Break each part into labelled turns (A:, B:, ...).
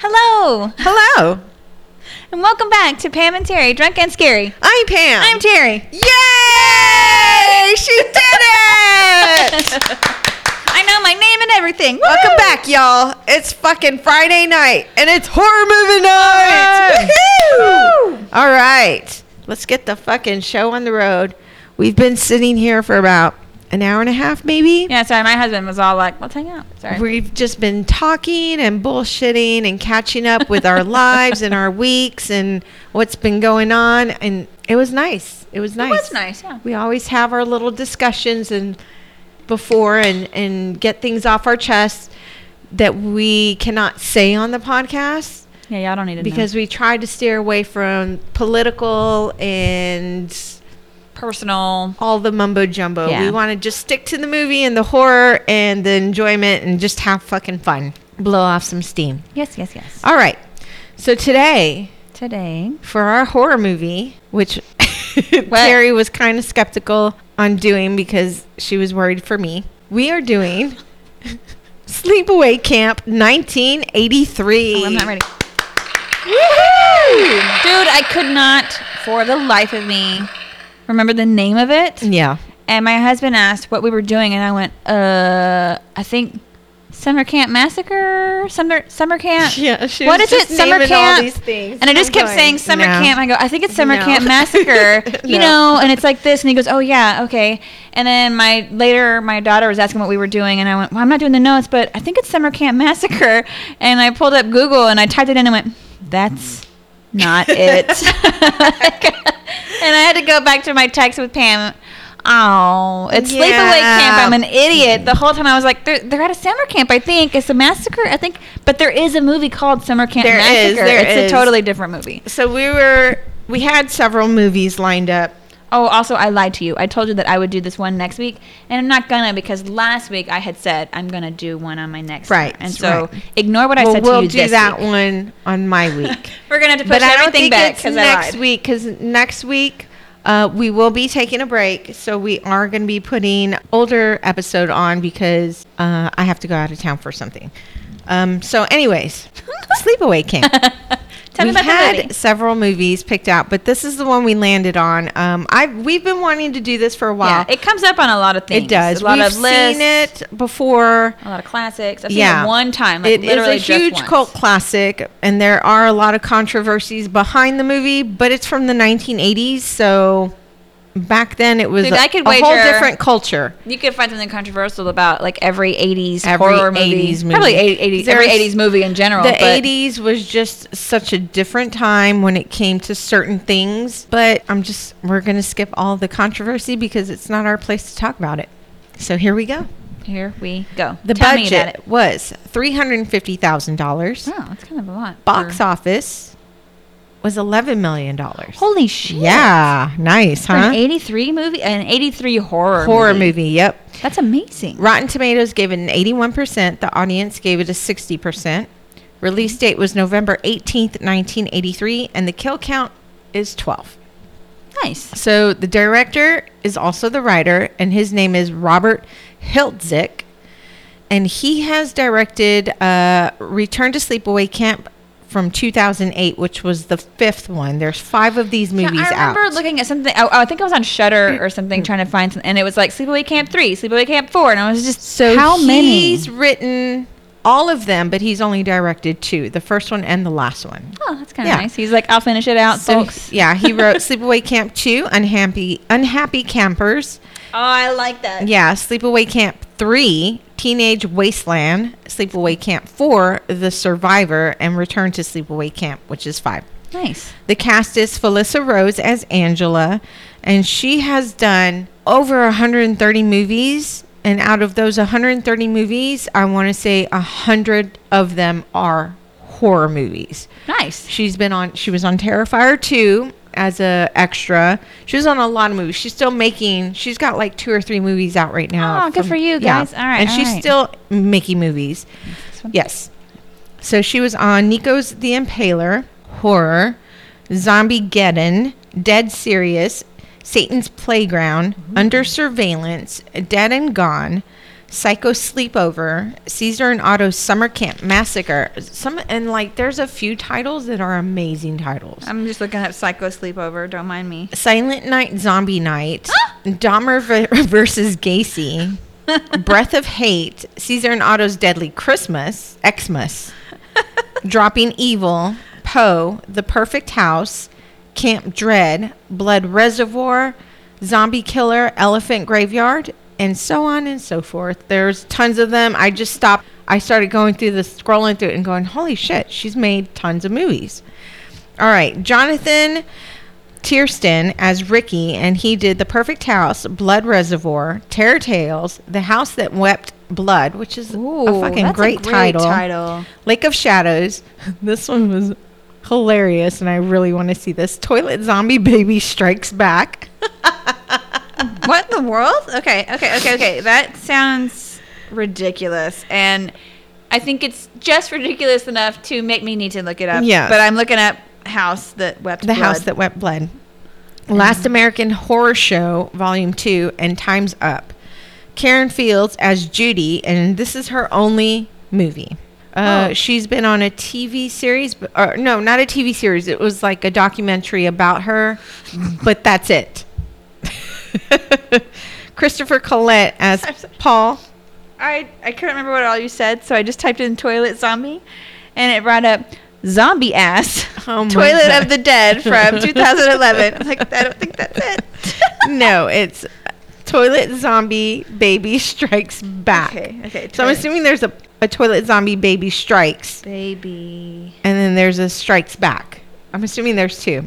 A: Hello,
B: Hello.
A: and welcome back to Pam and Terry, Drunk and Scary.
B: I'm Pam.
A: I'm Terry.
B: Yay! She did it!
A: I know my name and everything.
B: Welcome back, y'all. It's fucking Friday night and it's horror movie night.
A: Woo!
B: Woohoo! All right. Let's get the fucking show on the road. We've been sitting here for about an hour and a half, maybe.
A: Yeah, sorry, my husband was all like, "Let's hang out." Sorry.
B: We've just been talking and bullshitting and catching up with our lives and our weeks and what's been going on. And it was nice. It was nice.
A: was nice, yeah.
B: We always have our little discussions and before and, and get things off our chest that we cannot say on the podcast
A: yeah, y'all don't need to
B: because we try to steer away from political and
A: know. personal.
B: all the mumbo jumbo.
A: Yeah.
B: We want to just stick to the movie and the horror and the enjoyment and just have fucking fun. Blow off some steam.
A: Yes, yes, yes.
B: All right. So today,
A: Today,
B: for our horror movie, which Terry was kind of skeptical on doing because she was worried for me, we are doing Sleepaway Camp 1983.
A: oh, I'm not ready,
B: Woohoo!
A: dude. I could not, for the life of me, remember the name of it.
B: Yeah.
A: And my husband asked what we were doing, and I went, "Uh, I think summer camp massacre, summer summer camp."
B: Yeah, she
A: what
B: was
A: is
B: just
A: it? Summer
B: naming all
A: camp.
B: these things.
A: And I just
B: I'm
A: kept
B: going,
A: saying summer
B: no.
A: camp. I go, I think it's summer
B: No.
A: camp massacre. You
B: No.
A: know, and it's like this, and he goes, Oh yeah, okay. And then my later, my daughter was asking what we were doing, and I went, Well, I'm not doing the notes, but I think it's summer camp massacre. And I pulled up Google and I typed it in and went, That's not it. and I had to go back to my text with Pam. Oh, it's sleepaway
B: Yeah.
A: camp. I'm an idiot. The whole time I was like, they're, they're at a summer camp, I think. It's a massacre, I think. But there is a movie called Summer Camp
B: There
A: Massacre.
B: is, there
A: it's
B: is.
A: a totally different movie.
B: So we were we had several movies lined up.
A: Oh, also, I lied to you. I told you that I would do this one next week, and I'm not gonna because last week I had said I'm gonna do one on my next.
B: Right,
A: one. and so
B: right.
A: ignore what I
B: well,
A: said
B: we'll
A: to you
B: do
A: this
B: that
A: week.
B: one on my week.
A: We're gonna have to push
B: but I don't
A: everything
B: think
A: back
B: it's
A: because I
B: next
A: lied.
B: week because next week uh, we will be taking a break. So we are going to be putting older episode on because uh, I have to go out of town for something. Um, so, anyways, sleepaway camp.
A: Tell me
B: we
A: about
B: had
A: the movie.
B: several movies picked out, but this is the one we landed on. Um, I we've been wanting to do this for a while.
A: Yeah, it comes up on a lot of things.
B: It does.
A: A lot
B: We've
A: of lists.
B: seen it before.
A: A lot of classics. I've seen
B: yeah,
A: it one time. Like,
B: it is
A: literally
B: a huge
A: just once.
B: cult classic, and there are a lot of controversies behind the movie. But it's from the 1980s, so back then it was
A: Dude,
B: a,
A: I could
B: a whole
A: wager
B: different culture.
A: You could find something controversial about like every '80s
B: Every
A: horror movie,
B: 80s movie.
A: probably eight- 80s, every
B: There's-
A: '80s movie in general.
B: The
A: but
B: 80s was just such a different time when it came to certain things. But I'm just we're gonna skip all the controversy because it's not our place to talk about it. So here we go.
A: Here we go.
B: The
A: Tell me about it.
B: budget was three hundred fifty thousand dollars.
A: Oh, that's kind of a lot.
B: Box
A: for-
B: office was eleven million dollars.
A: Holy shit.
B: Yeah, nice,
A: For an
B: huh?
A: 83 movie? An 83 horror
B: Horror movie. yep.
A: That's amazing.
B: Rotten Tomatoes gave it an 81%. The audience gave it a 60%. Release date was November 18th, 1983, and the kill count is 12.
A: Nice.
B: So the director is also the writer, and his name is Robert Hiltzik. And he has directed uh, Return to Sleepaway Camp from 2008, which was the fifth one. There's five of these movies
A: I remember
B: out.
A: looking at something. oh, I, I think I was on Shutter or something, trying to find something, and it was like Sleepaway Camp three, Sleepaway Camp four, and I was just
B: So
A: how many?
B: He's written all of them, but he's only directed two: the first one and the last one.
A: Oh, that's kind of
B: Yeah.
A: nice. He's like, I'll finish it out,
B: So
A: folks.
B: yeah, he wrote Sleepaway Camp Two, Unhappy Unhappy Campers.
A: Oh, I like that.
B: Yeah, Sleepaway Camp Three, Teenage Wasteland, Sleepaway Camp Four, The Survivor, and Return to Sleepaway Camp, which is five.
A: Nice.
B: The cast is Felissa Rose as Angela, and she has done over 130 movies. And out of those 130 movies, I want to say 100 of them are horror movies.
A: Nice.
B: She's been on, she was on Terrifier 2 as a extra. She was on a lot of movies. She's still making, she's got like two or three movies out right now.
A: Oh, good for you guys. All right,
B: And
A: all
B: she's
A: right.
B: still making movies. Yes. So she was on Nico's The Impaler, Horror, Zombie Geddon, Dead Serious, Satan's Playground, Under Surveillance, Dead and Gone, Psycho Sleepover, Caesar and Otto's Summer Camp Massacre. Some and like there's a few titles that are amazing titles.
A: I'm just looking up Psycho Sleepover. Don't mind me.
B: Silent Night, Zombie Night, Dahmer v- versus Gacy, Breath of Hate, Caesar and Otto's Deadly Christmas, Xmas, Dropping Evil, Poe, The Perfect House, Camp Dread, Blood Reservoir, Zombie Killer, Elephant Graveyard, and so on and so forth. There's tons of them. I just stopped. I started going through the scrolling through it and going, holy shit, she's made tons of movies. All right, Jonathan Tiersten as Ricky, and he did The Perfect House, Blood Reservoir, Terror Tales, The House That Wept Blood, which is a fucking great,
A: title.
B: Lake of Shadows. This one was hilarious, and I really want to see this. Toilet Zombie Baby Strikes Back.
A: what in the world? Okay, okay, okay, okay. That sounds ridiculous. And I think it's just ridiculous enough to make me need to look it up.
B: Yes.
A: But I'm looking up House That Wept
B: The House
A: Blood. Mm-hmm.
B: That Wept Blood. Last American Horror Show, Volume 2, and Time's Up. Karen Fields as Judy, and this is her only movie. Uh,
A: Oh.
B: She's been on a TV series, b- or no, not a TV series. It was like a documentary about her, but that's it. Christopher Collette as
A: I'm so-
B: Paul.
A: I, I couldn't remember what all you said, so I just typed in Toilet Zombie, and it brought up Zombie Ass.
B: Oh my
A: Toilet
B: God.
A: of the Dead from 2011. I was like, I don't think that's it.
B: no, it's Toilet Zombie Baby Strikes Back.
A: Okay, okay.
B: Ah. So I'm
A: toilet
B: assuming there's a, a Toilet Zombie Baby Strikes.
A: Baby.
B: And then there's a Strikes Back. I'm assuming there's two.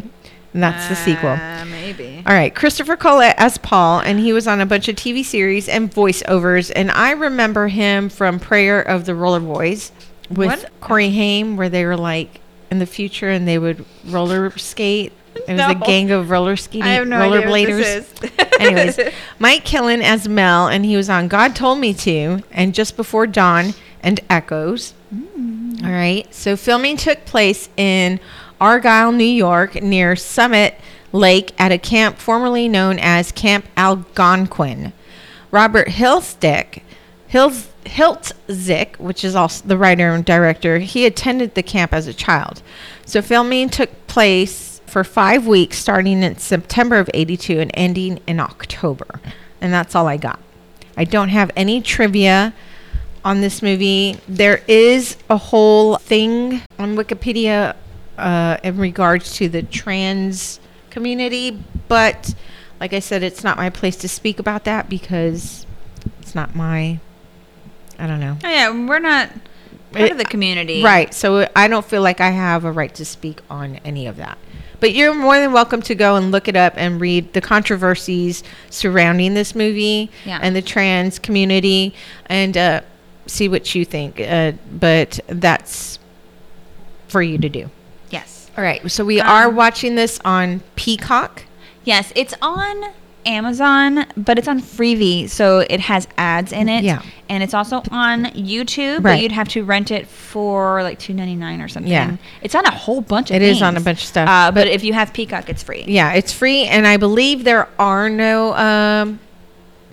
B: And that's the sequel.
A: Ah, Maybe.
B: All right, Christopher Collette as Paul, and he was on a bunch of TV series and voiceovers. And I remember him from Prayer of the Roller Boys with
A: What?
B: Corey Haim, where they were like in the future and they would roller skate. It was a
A: No.
B: gang of roller skating
A: I have no idea what
B: rollerbladers.
A: this is.
B: Anyways, Mike Killen as Mel, and he was on God Told Me To, and Just Before Dawn, and Echoes. All right. So filming took place in Argyle, New York, near Summit Lake at a camp formerly known as Camp Algonquin. Robert Hilstick, Hils, Hiltzik, which is also the writer and director, he attended the camp as a child. So filming took place for five weeks, starting in September of 82 and ending in October. And that's all I got. I don't have any trivia on this movie. There is a whole thing on Wikipedia uh, in regards to the trans community, but like I said, it's not my place to speak about that because it's not my. I don't know.
A: Oh, yeah, we're not part
B: It-
A: of the community.
B: Right. So I don't feel like I have a right to speak on any of that. But you're more than welcome to go and look it up and read the controversies surrounding this movie
A: Yeah.
B: and the trans community and uh, see what you think. Uh, but that's for you to do.
A: Yes.
B: All right. So we are
A: Um,
B: watching this on Peacock.
A: Yes, it's on Amazon, but it's on Freevee, so it has ads in it.
B: Yeah.
A: And it's also on YouTube,
B: Right.
A: but you'd have to rent it for like two ninety nine or something.
B: Yeah.
A: It's on a whole bunch of
B: It is on
A: things.
B: a bunch of stuff.
A: Uh, but if you have Peacock, it's free.
B: Yeah, it's free, and I believe there are no um,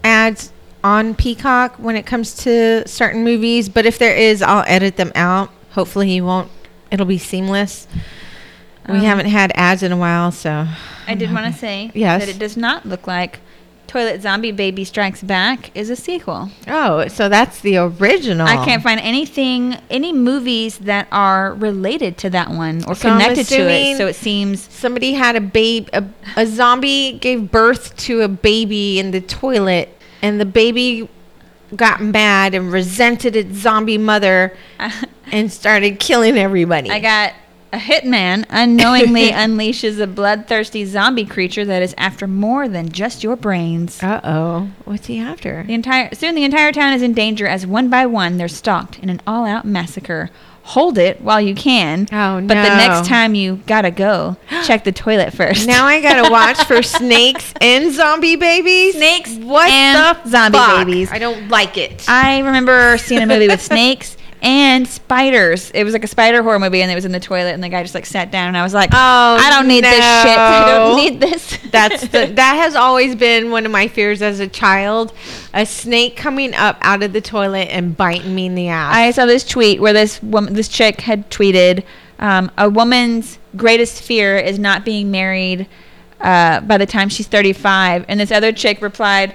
B: ads on Peacock when it comes to certain movies. But if there is, I'll edit them out. Hopefully, you won't. It'll be seamless.
A: Um,
B: we haven't had ads in a while, so
A: I did want to say
B: Mm-hmm. Yes.
A: that it does not look like Toilet Zombie Baby Strikes Back is a sequel.
B: oh, so that's the original.
A: I can't find anything, any movies that are related to that one or
B: So I'm
A: connected to
B: assuming-
A: it. So it seems
B: Somebody had a babe. A, a zombie gave birth to a baby in the toilet, and the baby got mad and resented its zombie mother and started killing everybody.
A: I got a hitman unknowingly unleashes a bloodthirsty zombie creature that is after more than just your brains.
B: Uh oh. What's he after?
A: The entire soon the entire town is in danger as one by one they're stalked in an all-out massacre. Hold it while you can.
B: Oh,
A: But the next
B: no.
A: time you gotta go, check the toilet first.
B: Now I gotta watch for snakes and zombie babies.
A: Snakes
B: What
A: and
B: the
A: zombie
B: fuck? Uh,
A: babies.
B: I don't like it.
A: I remember seeing a movie with snakes and spiders. It was like a spider horror movie, and it was in the toilet, and the guy just like sat down, and I was like,
B: Oh,
A: I don't need this shit. I don't need this.
B: That's the, that has always been one of my fears as a child, a snake coming up out of the toilet and biting me in the ass.
A: I saw this tweet where this woman, this chick had tweeted, um, "A woman's greatest fear is not being married uh, by the time she's 35." And this other chick replied,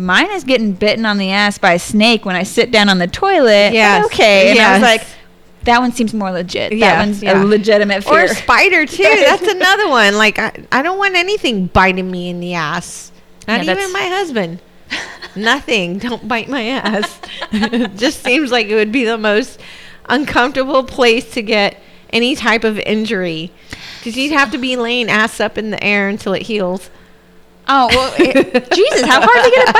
A: "Mine is getting bitten on the ass by a snake when I sit down on the toilet."
B: Yes.
A: Okay. And I was
B: Yes.
A: like, "That one seems more legit.
B: Yeah,
A: That one's a
B: yeah.
A: legitimate fear."
B: or spider too. That's another one. Like I, I don't want anything biting me in the ass. Not
A: Yeah, that's-
B: even my husband. Nothing. Don't bite my ass. It Just seems like it would be the most uncomfortable place to get any type of injury. Because you'd have to be laying ass up in the air until it heals.
A: oh well, it- Jesus! How hard are they gonna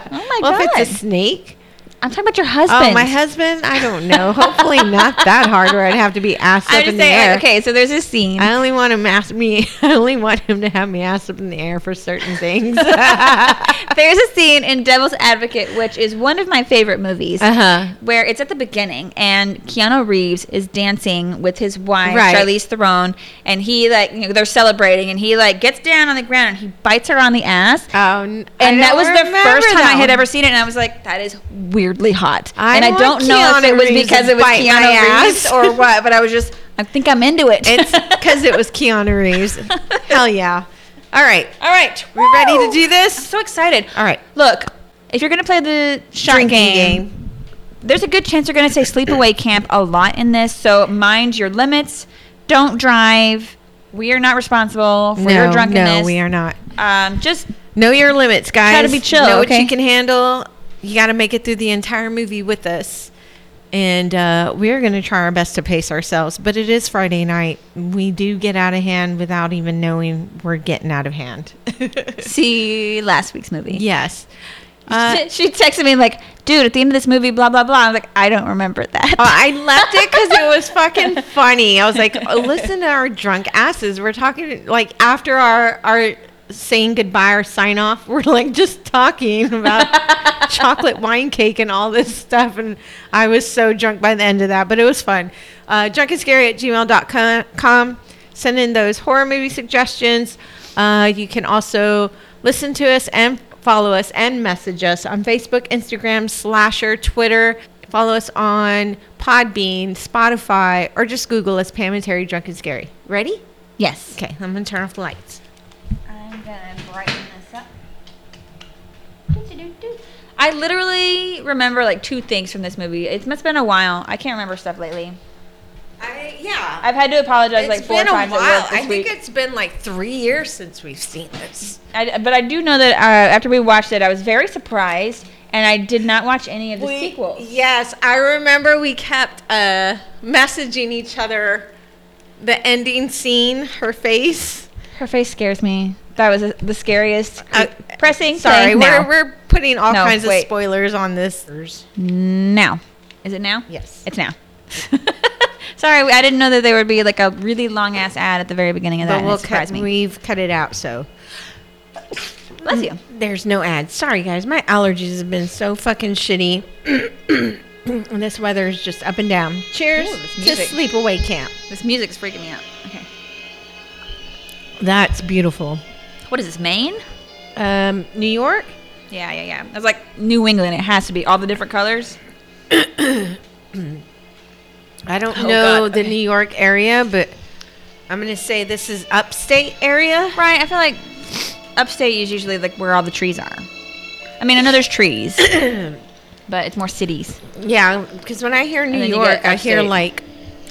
A: bite you? Oh my
B: well,
A: god!
B: if it's a snake.
A: I'm talking about your husband.
B: Oh, my husband? I don't know. Hopefully not that hard where I'd have to be ass up
A: I'm
B: in
A: just
B: the
A: saying.
B: air.
A: Like, okay, so there's this scene.
B: I only want him ask me. I only want him to have me ass up in the air for certain things.
A: There's a scene in Devil's Advocate, which is one of my favorite movies,
B: Uh-huh.
A: where it's at the beginning and Keanu Reeves is dancing with his wife
B: Right.
A: Charlize Theron, and he like you know, they're celebrating, and he like gets down on the ground and he bites her on the ass.
B: Oh,
A: And that was the first time I had ever seen it, and I was like, "That is weirdly hot."
B: I
A: and I
B: want
A: don't know if
B: Keanu
A: it was
B: Reeves
A: because
B: to
A: it was
B: bite my
A: Keanu Reeves
B: ass.
A: or what, but I was just, I think I'm into it.
B: It's because it was Keanu Reeves. Hell yeah! All right,
A: all right.
B: we ready to
A: Woo!
B: do
A: I'm
B: this?
A: so excited.
B: All right,
A: Look, if you're gonna play the shot
B: drinking
A: game, there's a good chance you're going to say sleepaway camp a lot in this. So mind your limits. Don't drive. We are not responsible for your drunkenness.
B: no, we are not.
A: Um, just
B: Know your limits, guys.
A: be chill,
B: Know what
A: okay?
B: you can handle. You got to make it through the entire movie with us. And uh, we're going to try our best to pace ourselves. But it is Friday night. We do get out of hand without even knowing we're getting out of hand.
A: see last week's movie.
B: yes. Uh,
A: she, she texted me like, "Dude, at the end of this movie, blah blah blah." I'm like, I don't remember that.
B: Oh, I left it because it was fucking funny. I was like, "Oh, listen to our drunk asses. We're talking like after our our saying goodbye or sign off. We're like just talking about chocolate wine cake and all this stuff. And I was so drunk by the end of that, but it was fun. Uh, drunkandscary at gmail.com. Send in those horror movie suggestions. Uh, you can also listen to us and follow us and message us on Facebook, Instagram, Slasher, Twitter. Follow us on Podbean, Spotify, or just Google us Pam and Terry Drunk and Scary. Ready?
A: yes.
B: Okay, I'm gonna turn off the lights.
A: I'm gonna brighten this up. Doo-doo-doo-doo. I literally remember like two things from this movie. It's must have been a while. I can't remember stuff lately.
B: I, yeah,
A: I've had to apologize like four
B: been a
A: times at
B: while.
A: work this
B: I
A: week.
B: think it's been like three years since we've seen this.
A: I, but I do know that uh, after we watched it, I was very surprised, and I did not watch any of the
B: We-
A: sequels.
B: Yes, I remember we kept uh, messaging each other the ending scene, her face.
A: Her face scares me. That was uh, the scariest.
B: Uh,
A: Pressing.
B: Sorry,
A: play
B: we're,
A: now.
B: we're putting all
A: No,
B: kinds
A: wait.
B: of spoilers on this.
A: now. Is it now?
B: Yes.
A: It's now. sorry, I didn't know that there would be like a really long ass ad at the very beginning of that.
B: But
A: and
B: we'll
A: it surprised
B: cut,
A: me.
B: we've cut it out, so
A: Bless you.
B: there's no ads. Sorry, guys, my allergies have been so fucking shitty. and this weather is just up and down. Cheers
A: Ooh, this
B: to
A: music.
B: sleepaway camp.
A: This music's freaking me out. Okay.
B: That's beautiful.
A: What is this? Maine?
B: Um, New York?
A: Yeah, yeah, yeah. I was like New England. It has to be all the different colors.
B: I don't
A: Oh,
B: know
A: God.
B: the New York area, but I'm gonna say this is upstate area.
A: Right. I feel like upstate is usually like where all the trees are. I mean, I know there's trees, but it's more cities.
B: Yeah, because when I hear New
A: then you
B: York,
A: get
B: I hear
A: upstate.
B: like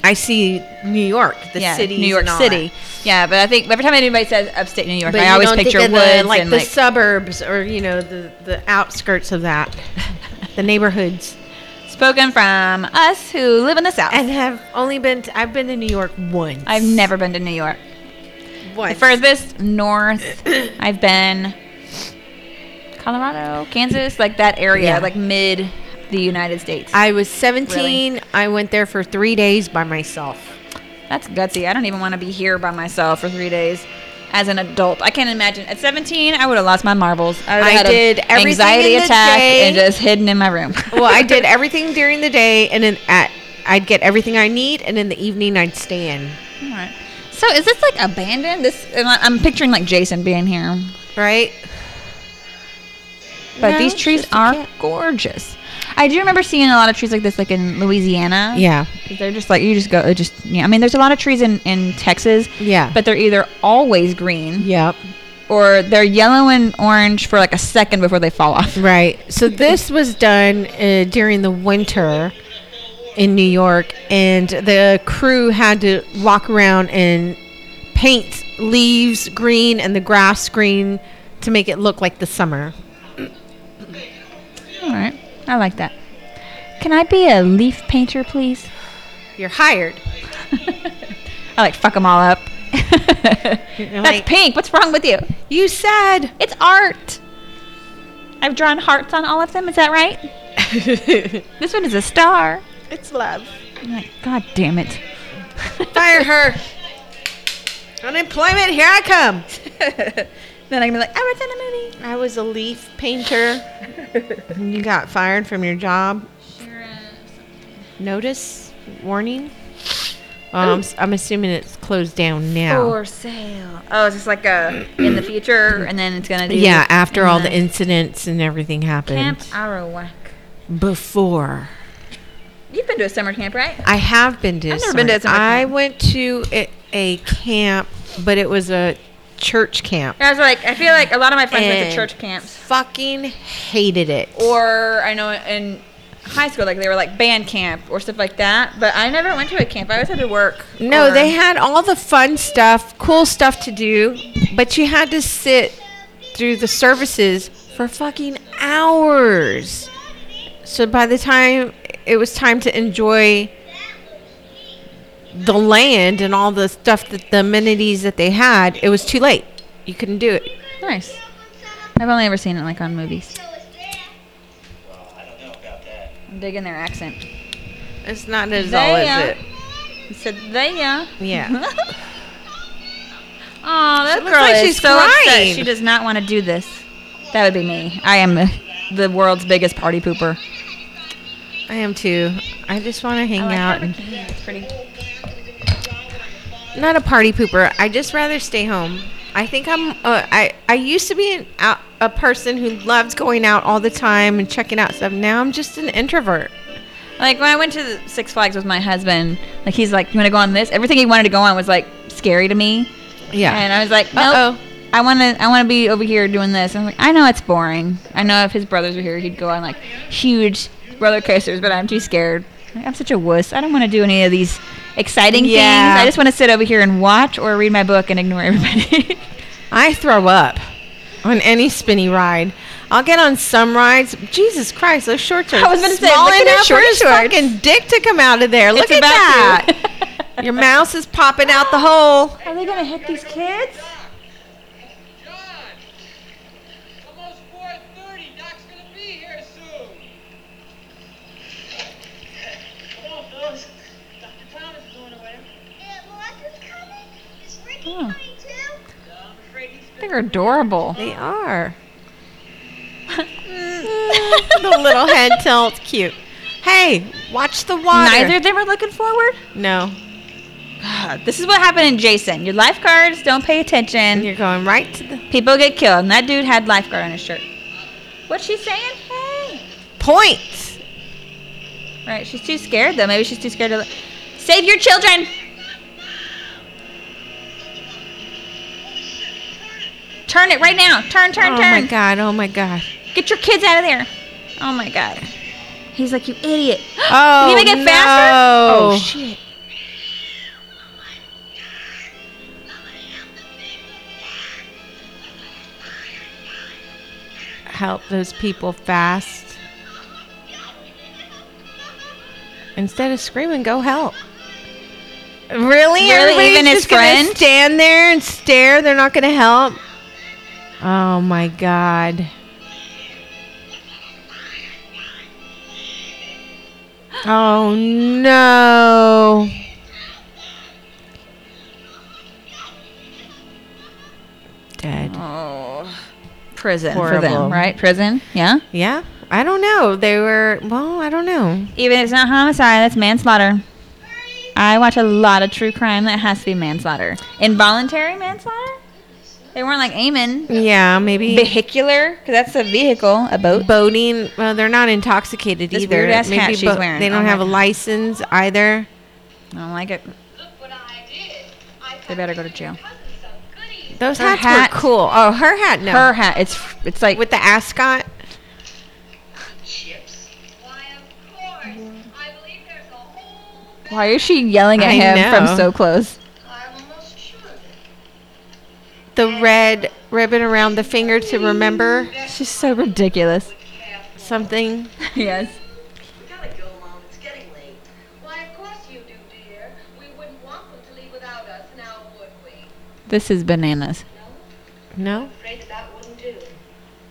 B: I see New York, the city,
A: New York City. Yeah, but I think every time anybody says upstate New York,
B: But
A: I always picture
B: of
A: woods
B: the, like
A: and
B: the
A: like.
B: suburbs or you know the the outskirts of that, the neighborhoods.
A: spoken from us who live in the south.
B: And have only been to, I've been to New York once.
A: I've never been to New York. The
B: once.
A: furthest north I've been, Colorado, Kansas, like that area,
B: Yeah.
A: like mid the United States.
B: I was 17. I went there for three days by myself.
A: That's gutsy. I don't even want to be here by myself for three days as an adult. I can't imagine. At 17, I would have lost my marbles. I, would
B: I
A: have had a
B: did everything
A: anxiety
B: in the
A: attack
B: day.
A: and just hidden in my room.
B: well, I did everything during the day, and then at I'd get everything I need, and in the evening I'd stay in.
A: All right. So is this like abandoned? This and I- I'm picturing like Jason being here,
B: Right?
A: but
B: No,
A: these
B: it's
A: trees
B: just a
A: are
B: cat.
A: gorgeous. I do remember seeing a lot of trees like this, like in Louisiana.
B: Yeah.
A: 'Cause they're just like you just go, it just yeah. I mean, there's a lot of trees in in Texas.
B: Yeah.
A: but they're either always green
B: Yep.
A: or they're yellow and orange for like a second before they fall off.
B: Right. So this was done uh, during the winter in New York, and the crew had to walk around and paint leaves green and the grass green to make it look like the summer.
A: All right, I like that. Can I be a leaf painter, please?
B: You're hired.
A: I like fuck them all up. That's
B: like-
A: pink. What's wrong with you?
B: You said.
A: It's art. I've drawn hearts on all of them. Is that right?
B: it's
A: This one is a star.
B: love.
A: I'm like, God damn it.
B: Fire her. Unemployment, here I come.
A: Then I'm gonna be like, I was in a movie.
B: I was a leaf painter. you got fired from your job. Notice, warning. Well, I'm, s- I'm assuming it's closed down now.
A: For sale. Oh, it's just like a in the future, and then it's gonna do.
B: yeah, after all the
A: in-
B: incidents and everything happened.
A: Mm-hmm. camp uh, Arawak.
B: Before.
A: You've been to a summer camp, right?
B: I have been to.
A: I've never been to a
B: summer-
A: summer
B: I
A: camp.
B: went to a, a camp, but it was a church camp.
A: I was like, I feel like a lot of my friends went
B: And
A: to church camps,
B: Fucking hated it.
A: or I know in high school, like they were like band camp or stuff like that. But I never went to a camp. I always had to work.
B: No,
A: or-
B: they had all the fun stuff, cool stuff to do, but you had to sit through the services for fucking hours. So by the time it was time to enjoy the land and all the stuff that the amenities that they had, it was too late. You couldn't do it.
A: nice. I've only ever seen it like on movies.
C: Well, I don't know about that.
A: I'm digging their accent.
B: It's not as
A: all as it- He said, "They yeah."
B: Yeah.
A: Oh, that
B: She looks
A: girl
B: like
A: is
B: she's
A: so upset.
B: crying.
A: She does not want to do this. That would be me. I am the, the world's biggest party pooper.
B: I am too. I just want to hang out. And,
A: It's pretty.
B: not a party pooper. I just rather stay home. I think I'm. Uh, I I used to be an, out, a person who loved going out all the time and checking out stuff. Now I'm just an introvert.
A: Like when I went to the Six Flags with my husband, like he's like, "You want to go on this?" Everything he wanted to go on was like scary to me, and I was like, "No,
B: Uh-oh.
A: I want to. I want to be over here doing this." I'm like, "I know it's boring. I know if his brothers were here, he'd go on like huge roller coasters, but I'm too scared. Like, I'm such a wuss. I don't want to do any of these exciting
B: Yeah.
A: things. I just want to sit over here and watch or read my book and ignore everybody."
B: I throw up on any spinny ride. I'll get on some rides. Jesus Christ, those shorts are
A: I was gonna say,
B: small
A: look at his
B: enough for
A: short
B: his
A: shorts.
B: fucking dick to come out of there. Look
A: It's
B: at
A: about to.
B: that. Your mouse is popping out the hole.
A: Are they gonna hit these kids?
C: John! Almost 4.30. Doc's gonna be here soon. Come on, fellas. Dr. Thomas is on the way.
D: Aunt Melissa's coming? Is Ricky
A: Oh.
D: coming too?
C: No, I'm afraid he's been...
A: They're adorable.
B: They are. the little head tilt, cute. Hey, watch the water.
A: Neither of them are looking forward.
B: No,
A: God, this is what happened in Jason. Your lifeguards don't pay
B: and
A: attention.
B: you're going right to the
A: People get killed. And that dude had lifeguard on his shirt. What's she saying? Hey.
B: point.
A: Right. She's too scared though. Maybe she's too scared to li- save your children. Turn it right now. Turn, turn,
B: oh
A: turn.
B: my god! Oh my god!
A: Get your kids out of there. Oh my god. He's like, you idiot.
B: Oh
A: Can you make it
B: no.
A: faster? Oh shit.
B: Help those people fast. Instead of screaming, go help. Really?
A: Really?
B: Everybody's
A: Even his
B: just gonna
A: friend?
B: stand there and stare. They're not going to help. Oh my god. Oh no. Dead.
A: Oh. Prison for
B: Horrible.
A: them, right? Prison. Yeah.
B: Yeah. I don't know. They were well. I don't know.
A: Even if it's not homicide, that's manslaughter.
D: Hurry.
A: I watch a lot of true crime. That has to be manslaughter. Involuntary manslaughter? They weren't like aiming.
B: Yeah, maybe
A: Vehicular? Because that's a vehicle, a boat.
B: boating. Well, they're not intoxicated
A: This
B: either.
A: weird-ass hat she's
B: boat-
A: wearing.
B: They
A: Oh
B: don't
A: my
B: have a
A: God.
B: license either.
A: I don't like it.
D: Look what I did. I
A: They better go to jail.
D: covered some goodies.
B: Those
A: Her
B: hats
A: hat.
B: were cool. Oh, her hat. No,
A: Her hat. It's it's like
B: with the ascot.
D: Chips. Why, of course. I believe there's a whole bag.
A: why is she yelling at
B: I
A: him
B: know.
A: from so close?
D: I'm almost sure of it.
B: the red ribbon around the finger to remember
A: She's so ridiculous.
D: Careful.
B: something.
A: yes.
D: We gotta go, Mom. It's getting late. Why, of course you do, dear. We wouldn't want them to leave without us, now would we?
A: This is bananas.
D: No,
B: No,
D: afraid that that wouldn't do.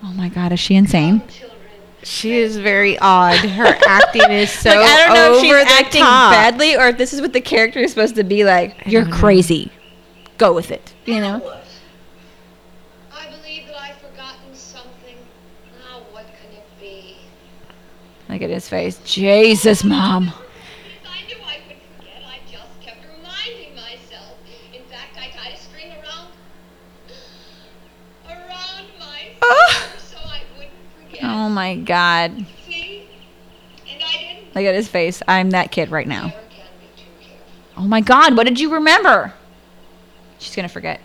A: Oh my god, is she insane?
D: Children.
B: she is very odd. Her acting is so
A: Like, I don't know if she's
B: over the
A: acting
B: top.
A: badly or if this is what the character is supposed to be like. You're crazy. Go with it. You know?
D: What? I believe that I've forgotten something. Now, what can it be?
A: Look at his face. Jesus, mom.
D: Since I knew I would forget, I just kept reminding myself. In fact, I tied a string around. around my.
A: Oh.
D: so I wouldn't forget.
A: Oh my god.
D: See? And I didn't.
A: Look at his face. I'm that kid right now.
D: Never can be too careful.
A: Oh my god, what did you remember? She's gonna forget.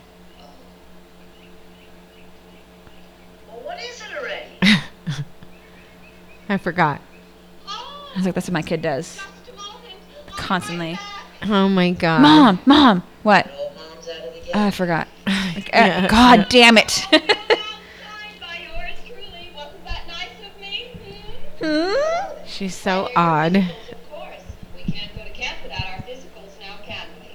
D: Well, what is it already?
B: I forgot.
D: oh,
A: I was like, that's what my kid does.
D: just a moment. I'll be right
A: Constantly.
D: back.
B: Oh my god.
A: Mom, mom, what?
D: Oh, Mom's out of the game.
B: Uh,
A: Oh, I forgot. Like, uh,
B: Yeah.
A: God damn it.
D: Signed by yours truly. Wasn't that nice of me? Hmm?
A: Hmm?
B: She's so odd.
D: Of course. We can't go to camp without our physicals now, can we?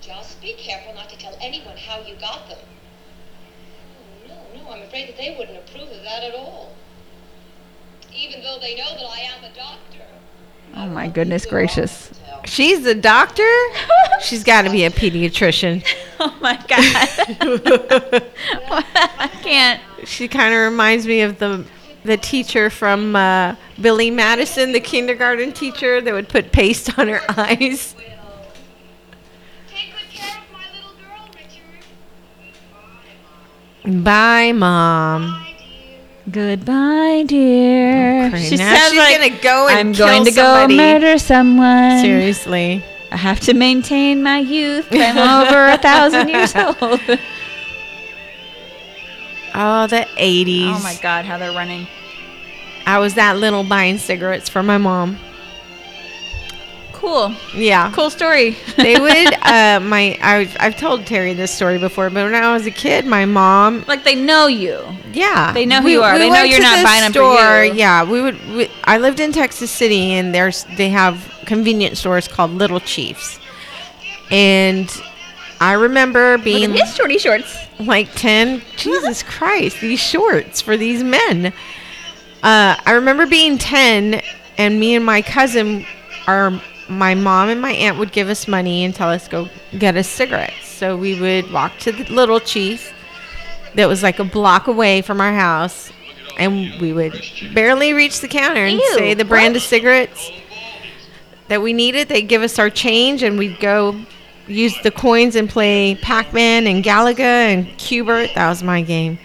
D: Just be careful not to tell anyone how you got them. Oh, No, no, I'm afraid that they wouldn't approve of that at all. Even though they know that I am a doctor.
A: Oh my goodness gracious.
B: She's a doctor. She's got to be a pediatrician.
A: Oh my god. I can't.
B: She kind of reminds me of the the teacher from uh, Billy Madison, the kindergarten teacher that would put paste on her eyes.
D: Take good care of my little girl, Richard.
B: Bye,
D: Bye, Mom.
B: mom.
D: Bye, dear.
A: Goodbye, dear.
B: Okay, now she's gonna go and
A: I'm
B: kill
A: going to
B: somebody."
A: go murder someone.
B: Seriously.
A: I have to maintain my youth. I'm over a thousand years old.
B: Oh, the 80s.
A: Oh my god, how they're running.
B: I was that little buying cigarettes for my mom.
A: Cool.
B: Yeah.
A: Cool story.
B: they would uh my I've, I've told Terry this story before, but when I was a kid, my mom,
A: like they know you.
B: yeah.
A: They know who you are. They know
B: went
A: you're
B: to
A: not
B: the
A: buying 'em for
B: store.
A: you.
B: Yeah, we would we, I lived in Texas City and there's they have convenience stores called Little Chiefs. And I remember being
A: Look at his shorty shorts.
B: like 10 jesus christ these shorts for these men uh, i remember being 10 and me and my cousin our my mom and my aunt would give us money and tell us go get us cigarettes so we would walk to the little chief that was like a block away from our house and we would barely reach the counter and
A: Ew,
B: say the brand of
A: what?
B: cigarettes that we needed they'd give us our change and we'd go use the coins and play pac-man and galaga and cubert that was my game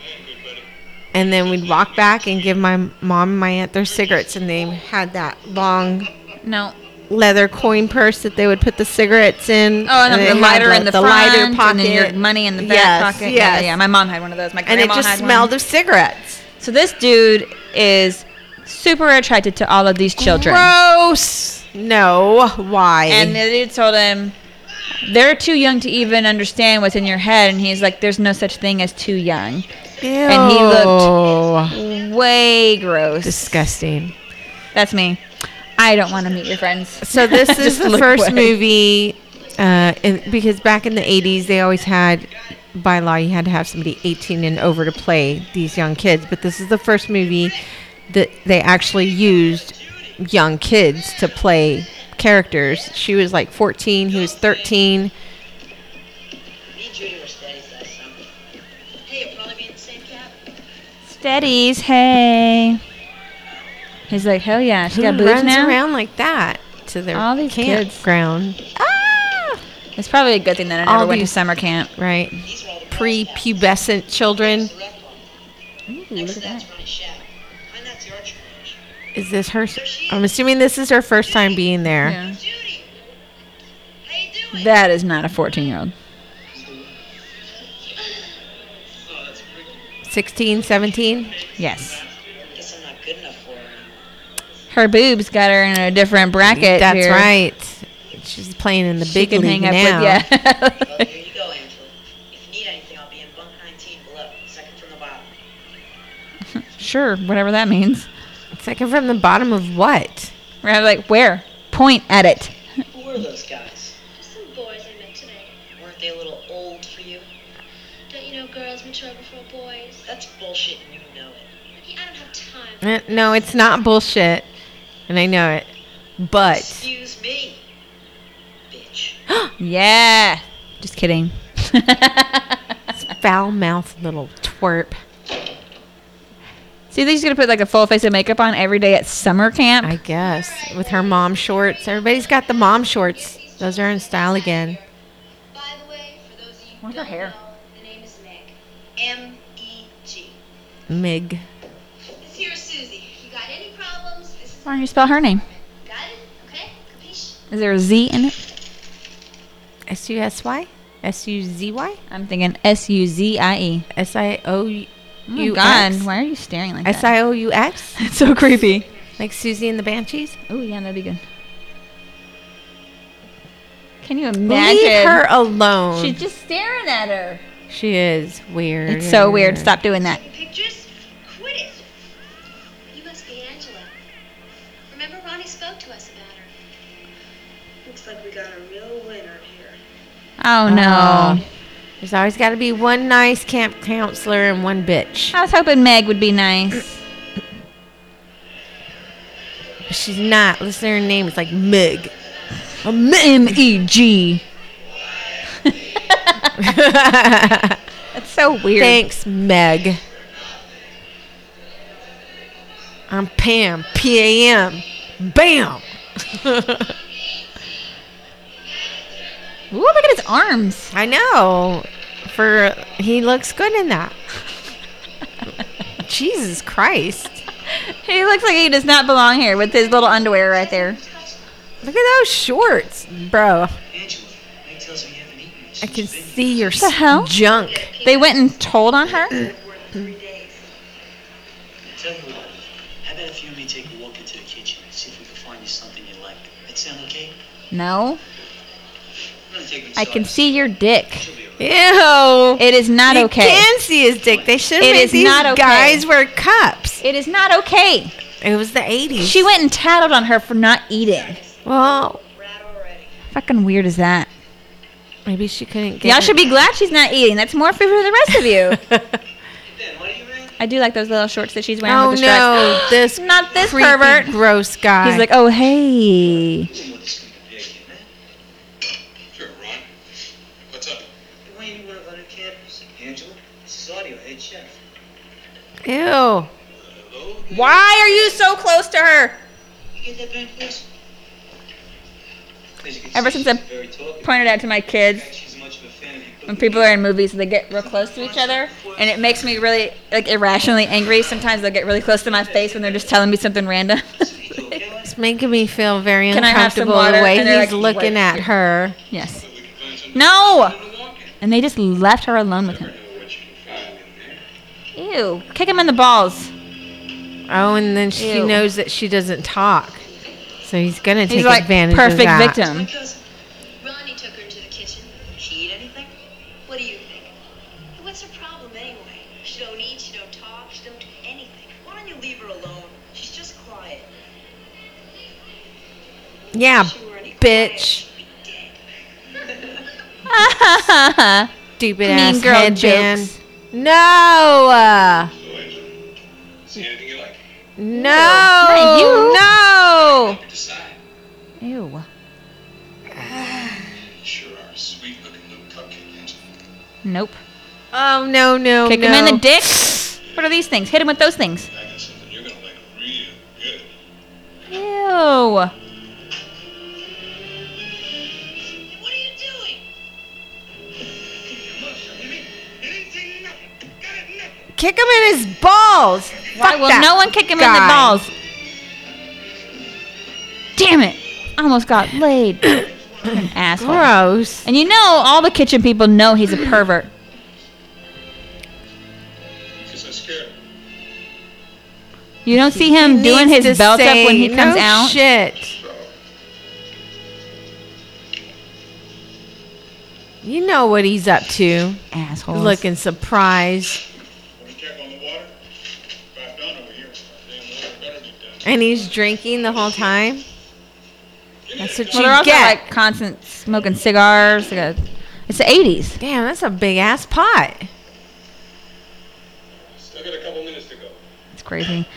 B: and then we'd walk back and give my mom and my aunt their cigarettes and they had that long
A: No.
B: leather coin purse that they would put the cigarettes in
A: Oh, and,
B: it
A: the
B: had,
A: lighter in
B: like,
A: the, front, and then your money in the back
B: Yes,
A: pocket. Yeah,
B: yes.
A: yeah. My mom had one of those. My
B: and
A: grandma
B: it just
A: had
B: smelled
A: One.
B: of cigarettes
A: So this dude is super attracted to all of these children.
B: gross no why
A: And the dude told him, they're too young to even understand what's in your head. And he's like, there's no such thing as too young. and he looked-
B: Ew.
A: Way gross.
B: disgusting
A: That's me. I don't want to meet your friends.
B: So this is
A: Just
B: the
A: look
B: first
A: away.
B: movie, uh, in, because back in the '80s they always had, by law, you had to have somebody 18 and over to play these young kids. But this is the first movie that they actually used young kids to play characters. She was like 14, he was 13.
C: Me, Judy, were steadies last summer. Hey, you'll probably be in the same cabin.
A: Steadies, hey. He's like, hell yeah, she
B: Who
A: got boobs
B: runs
A: now.
B: around like that to their
A: All these kids.
B: campground? Ah,
A: It's probably a good thing that I never
B: All
A: went to
B: these-
A: summer camp.
B: right.
C: These are all the
B: Prepubescent children.
C: The red one.
A: Ooh, look
C: Next to
A: at that.
C: that's running shack. And that's your church.
B: Is this her? I'm assuming this is her first time being there.
A: Yeah.
C: Judy, how you doing?
A: That is not a 14 year old.
B: 16, 17.
A: Yes.
C: Guess I'm not good enough for her.
A: Her boobs got her in a different bracket.
B: That's
A: here.
B: right. She's playing in the
A: She
B: big
A: can
B: league
A: hang up
B: now.
A: with,
C: Well,
A: yeah.
C: here you go, Angela. If you need anything, I'll be in bunk 19 below, second from the bottom.
A: sure, whatever that means.
B: Second from the bottom of what?
A: We're like, where? Point at it.
C: Who were those guys?
D: Just some boys I met tonight.
C: Weren't they a little old for you?
D: Don't you know girls mature before boys?
C: That's bullshit, and you know it.
D: Mickey, I don't have time.
B: Eh, No, it's not bullshit, and I know it. But
C: Excuse me, bitch.
A: Yeah. Just kidding.
B: foul mouthed little twerp.
A: See, they just gonna put like a full face of makeup on every day at summer camp.
B: I guess with her mom shorts. Everybody's got the mom shorts. Those are in style again.
D: By the way, for those of you who
A: Where's
D: don't
A: her hair?
D: know, the name is Meg.
C: M E G.
B: Mig.
D: This here's Susie. You got any problems? This is
A: Why don't you spell her name?
D: got it? Okay? Capiche?
A: Is there a Z in it?
B: S U S Y. S U Z Y.
A: I'm thinking S U Z I E.
B: S I O U
A: Oh my
B: X.
A: God, why are you staring like
B: S
A: that?
B: I O U X.
A: It's so creepy.
B: Like Susie and the Banshees.
A: Oh yeah, that'd be good. Can you imagine?
B: Leave her alone.
A: She's just staring at her.
B: she is weird.
A: It's so weird. Stop doing that.
D: Pictures? Quit it. You must be Angela. Remember Ronnie spoke to us about her.
C: Looks like we got a real winner here.
A: Oh
B: Uh-huh.
A: no.
B: Uh, There's always got to be one nice camp counselor and one bitch.
A: I was hoping Meg would be nice.
B: She's not. Listen to her name. It's like Mig.
A: M E G. That's so weird.
B: Thanks, Meg. I'm Pam. P A M. Bam.
A: Ooh, look at his arms.
B: I know. For he looks good in that. Jesus Christ.
A: He looks like he does not belong here with his little underwear right there.
B: Look at those shorts, bro.
C: Angela, Meg tells me you haven't eaten since
B: I can
C: you've been
B: see your
A: The hell?
B: junk.
A: They went and told on her.
C: here. More than three days. I tell you what, how about if you and me take a walk into the kitchen and see if we can find you something you like? That sound okay?
A: No,
C: I'm gonna take
A: I can see your dick.
C: She'll be alright.
B: Ew. It
A: It is not
B: you
A: okay.
B: can see his dick. They should have
A: It
B: made
A: is
B: these
A: not okay.
B: guys wear cups.
A: It is not okay.
B: It was the 80s.
A: She went and tattled on her for not eating.
B: well,
C: Rat already.
A: Fucking weird is that?
B: maybe she couldn't get
A: Y'all should be glad she's not eating. That's more food for the rest of you.
C: Ben, what do you mean?
A: I do like those little shorts that she's wearing
B: Oh
A: with the straps.
B: no, this
A: Not this
B: creepy,
A: pervert.
B: gross guy.
A: He's like, oh hey.
C: You want this thing to be again, man?
E: Sure, Ron. What's up?
C: You want you one of our new campers? Angela, this is Audio Head Chef.
B: ew.
E: Hello?
A: Why are you so close to her?
C: You get that, Ben, please? As you can
A: Ever
C: see,
A: since I
C: she's very talkative.
A: Pointed out to my kids
C: She's much of a fan of your
A: when
C: cooking.
A: people are in movies they get real close to each other and it makes me really like irrationally angry sometimes they'll get really close to my face when they're just telling me something random
C: You okay, Len?
B: It's making me feel very
A: Can I have some
B: uncomfortable the
A: water?
B: way
A: And they're
B: he's
A: like,
B: looking
A: wait.
B: at her.
A: yes
E: But we can find some
A: no
E: in the walk-in.
A: and they just left her alone with
E: Never
A: him
E: know what you can find in there.
A: ew kick him in the balls
B: Oh, and then she
A: Ew.
B: knows that she doesn't talk, so he's gonna take
A: he's like
B: advantage of
A: perfect
B: that.
A: victim
C: My cousin.
D: Ronnie took her into the kitchen.
C: She eat anything?
D: What do you think? And What's her problem anyway? She don't eat, she don't talk, she don't do anything.
C: Why don't you leave her alone? She's just quiet.
B: Yeah,
C: If she were any quiet,
B: bitch,
C: she'd be dead.
B: stupid
A: Mean
B: ass
A: girl
B: headband.
A: jokes.
B: No, uh,
E: So, Angela, see anything you like?
B: no,
A: Not you.
B: no.
E: You decide.
A: ew
E: You sure are a sweet-looking little cupcake, Angela.
A: nope
B: Oh no, no,
A: kick
B: no.
A: him in the dick what are these things hit him with those things
E: I got something you're gonna like real good.
A: Ew.
D: What are you doing?
B: Kick him in his balls.
A: Why
B: Fuck
A: will
B: that
A: no one kick him in
B: guy.
A: the balls? Damn it! I almost got laid. An asshole.
B: Gross.
A: And you know, all the kitchen people know he's a pervert.
E: Because I scared.
A: You don't see him
B: He
A: doing
B: needs
A: his
B: to
A: belt up when
B: say,
A: he comes
B: no
A: out.
B: Shit.
E: So,
B: You know what he's up to.
A: Assholes.
B: Looking surprised.
E: when you tap on the water, if I've done over here, damn water better be done.
B: And he's drinking the whole time. That's what
A: Well,
B: you
A: they're also
B: get.
A: like constant smoking cigars. They got- It's the 80s.
B: Damn, that's a big ass pot.
E: Still got a couple minutes to go.
A: It's crazy.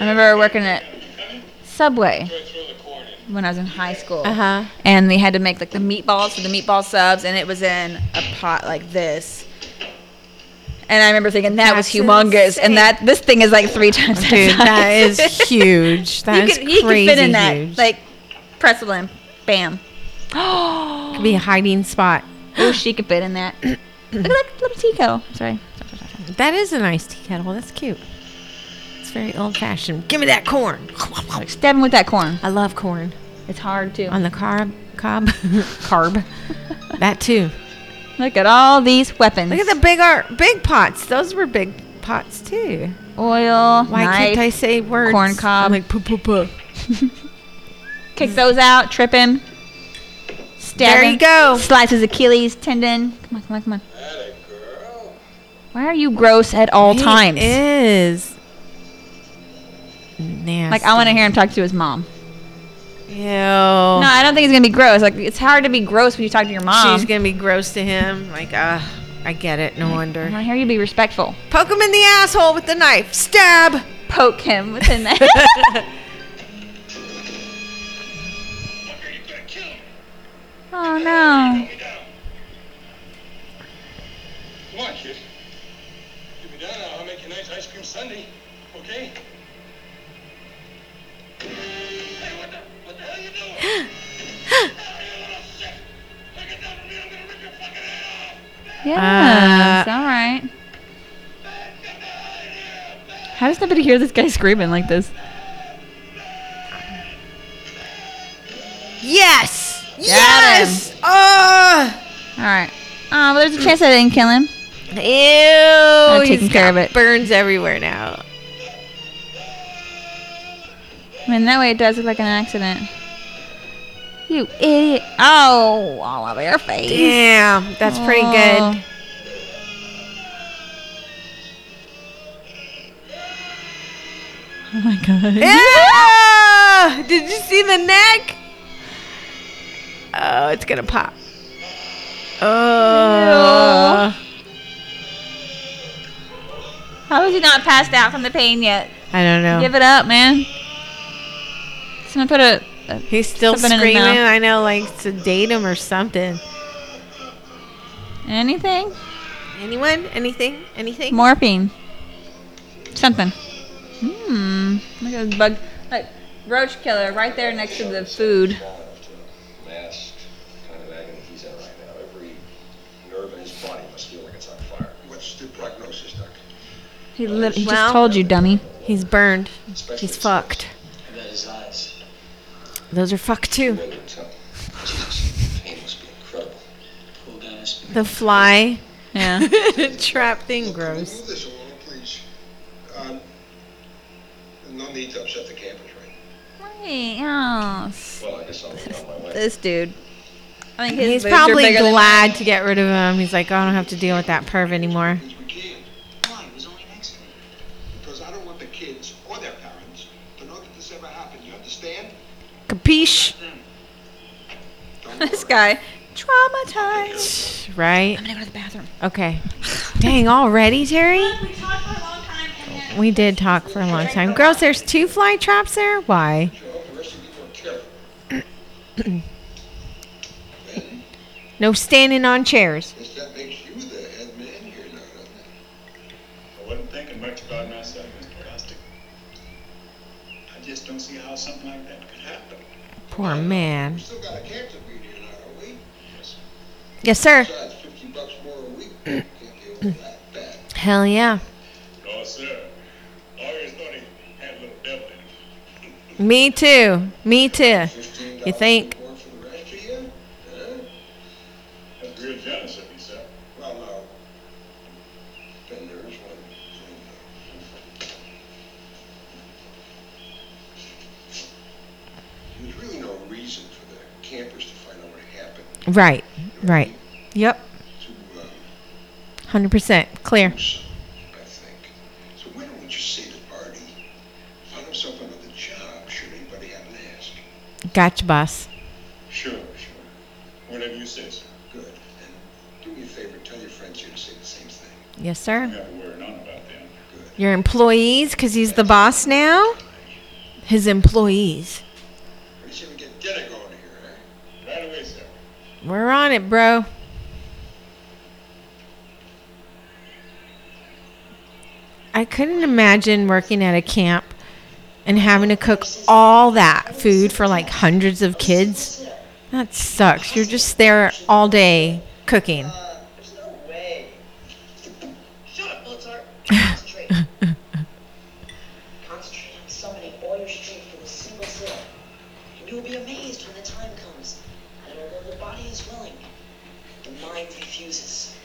A: I remember working at
E: Coming?
A: Subway
E: Try to throw the corn in.
A: when I was in high school.
B: Uh huh.
A: and they had to make like the meatballs for the meatball subs, and it was in a pot like this. And I remember thinking that was
B: That's
A: humongous,
B: insane.
A: and that this thing is like three times that
B: Dude, that
A: size.
B: is huge. That
A: you
B: is
A: could, you could
B: crazy
A: fit in that,
B: huge.
A: like press it in, bam.
B: It could be a hiding spot.
A: Oh, she could fit in that. Look at that little tea kettle. Sorry.
B: That is a nice tea kettle. That's cute. It's very old fashioned. Give me that corn.
A: Stabbing with that corn.
B: I love corn
A: It's hard too.
B: on the carb, cob, carb. that too.
A: Look at all these weapons.
B: Look at the big art, big pots. Those were big pots too.
A: the oil.
B: Why
A: knife.
B: can't I say words?
A: corn cob.
B: I'm like puh, puh, puh.
A: Kick those out. Trip him. Stab
B: There you
A: him.
B: go.
A: Slice his Achilles tendon. Come on, come on, come on.
E: Atta girl.
A: Why are you gross at all
B: He
A: times?
B: is nasty.
A: Like I want to hear him talk to his mom.
B: Ew.
A: No, I don't think it's gonna be gross. Like it's hard to be gross when you talk to your mom.
B: Oh. She's gonna be gross to him. Like, uh, I get it. No
A: I
B: wonder.
A: want to hear you be respectful.
B: Poke him in the asshole with the knife. Stab.
A: Poke him within that.
E: Fucker, you're gonna kill me.
A: oh no.
E: Give me down. Come on, kid. Give me down and I'll make you a nice ice cream sundae. Okay? Hey, what the, what the hell you doing? Hey, you little shit! Take it down from me, I'm gonna rip your fucking head
A: Yes.
B: Uh,
A: all right.
E: off! Get the hell out of here!
A: How does nobody hear this guy screaming like this?
B: Yes.
A: Yes!
B: yes. Uh,
A: All right. Oh, but there's a chance I didn't kill him.
B: ew.
A: taking
B: he's
A: care
B: got
A: of it.
B: Burns everywhere now.
A: I mean, that way it does look like an accident. You idiot. Oh, all over your face.
B: Damn. That's pretty
A: Oh.
B: good.
A: Oh my god.
B: Yeah. Did you see the neck? Oh, it's gonna pop. Oh.
A: How is he not passed out from the pain yet?
B: I don't know.
A: Give it up, man. Someone put a. a
B: He's still
A: Something in his
B: screaming.
A: mouth.
B: I know, like sedate him or something.
A: anything?
B: Anyone? Anything? Anything?
A: Morphine. Something. Hmm. Look at this bug. Like, roach killer right there next to the food.
F: down after mass kind of agony he's in right now. Every nerve in his body must feel like it's on fire.
E: What's the prognosis, Doc?
A: He, lit he
B: Well-
A: just told you, dummy.
B: He's burned.
F: Especially
B: He's fucked.
F: That his eyes.
B: Those are fucked too.
F: Jesus, the pain must be incredible. Poor guy must be
B: The fly
A: Yeah.
B: trap thing,
E: Can we
B: gross.
E: move this along, please? Um, no need to upset the campers, right?
A: Wait, oh,
F: well. I guess I'll be on my way.
A: this dude. I think his
B: He's
A: boobs are
B: probably
A: bigger than
B: glad to get rid of him. He's like, "Oh, I don't have to deal with that perv anymore.
E: Means we can,
F: Why? It was only an accident.
E: because I don't want the kids or their parents to know that this ever happened. You understand?
B: Capiche?
E: Don't
A: This
E: worry.
A: guy traumatized.
B: Right?
A: I'm gonna go to the bathroom.
B: Okay. Dang, already, Terry?
A: We talked for a long time and then
B: We did talk for a long time. Girls, there's two fly traps there? Why?
E: I hope the rest of you are careful.
B: No standing on chairs.
E: Guess that makes you the head man here now, doesn't it? I wasn't thinking much about myself, Mr. Costigan. I just don't see how something like that could happen.
B: Poor man.
F: We still got a cancer meeting tonight, are we?
B: Yes, sir.
F: Besides, fifteen bucks more a week, can't be all that bad.
B: Hell yeah.
E: No, sir. Lawyers know they have a little devil in them.
B: Me too. Me too.
F: Fifteen
B: You
F: dollars
B: think?
F: more for the rest of you? Huh?
E: That's real jealous of you, sir.
F: Well, no. Been there is one thing. There's really no reason for the campers to find out what happened
B: Right. Right. Yep.
F: to, um,
B: 100% clear.
F: Oops, I think. So why don't we just say that Barty found himself another job, should anybody have an ask?
B: Gotcha, boss.
E: Sure, sure. Whatever you say, sir.
F: Good. And do me a favor, tell your friends here to say the same thing.
B: Yes,
E: You
B: sir.
E: have to worry none about them.
B: Your employees, because he's the boss now. His employees.
F: What do you say we get dinner going here, eh?
E: Right away, sir.
B: We're on it, bro. I couldn't imagine working at a camp and having to cook all that food for like hundreds of kids. That sucks. You're just there all day cooking.
C: There's no way. Shut up, Mozart. Concentrate. Concentrate on summoning all your strength from a single cell. And you will be amazed when the time comes that although the body is willing, the mind refuses.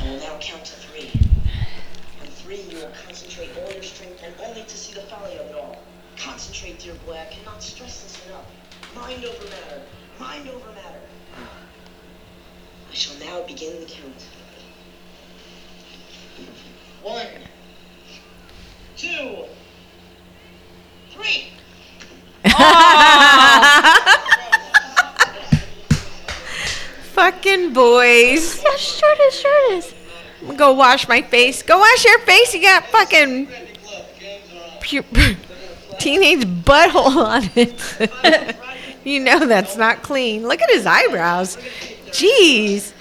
C: I will now count to three. On three, you will concentrate all your strength and only to see the folly of it all. Concentrate, dear boy. I cannot stress this enough. Mind over matter. Mind over matter. I shall now begin the count. One, two, three.
B: Oh. Fucking boys. How short his shirt is. I'm gonna go wash my face. Go wash your face. You got fucking pu- teenage butthole on it. you know that's not clean. Look at his eyebrows. Jeez.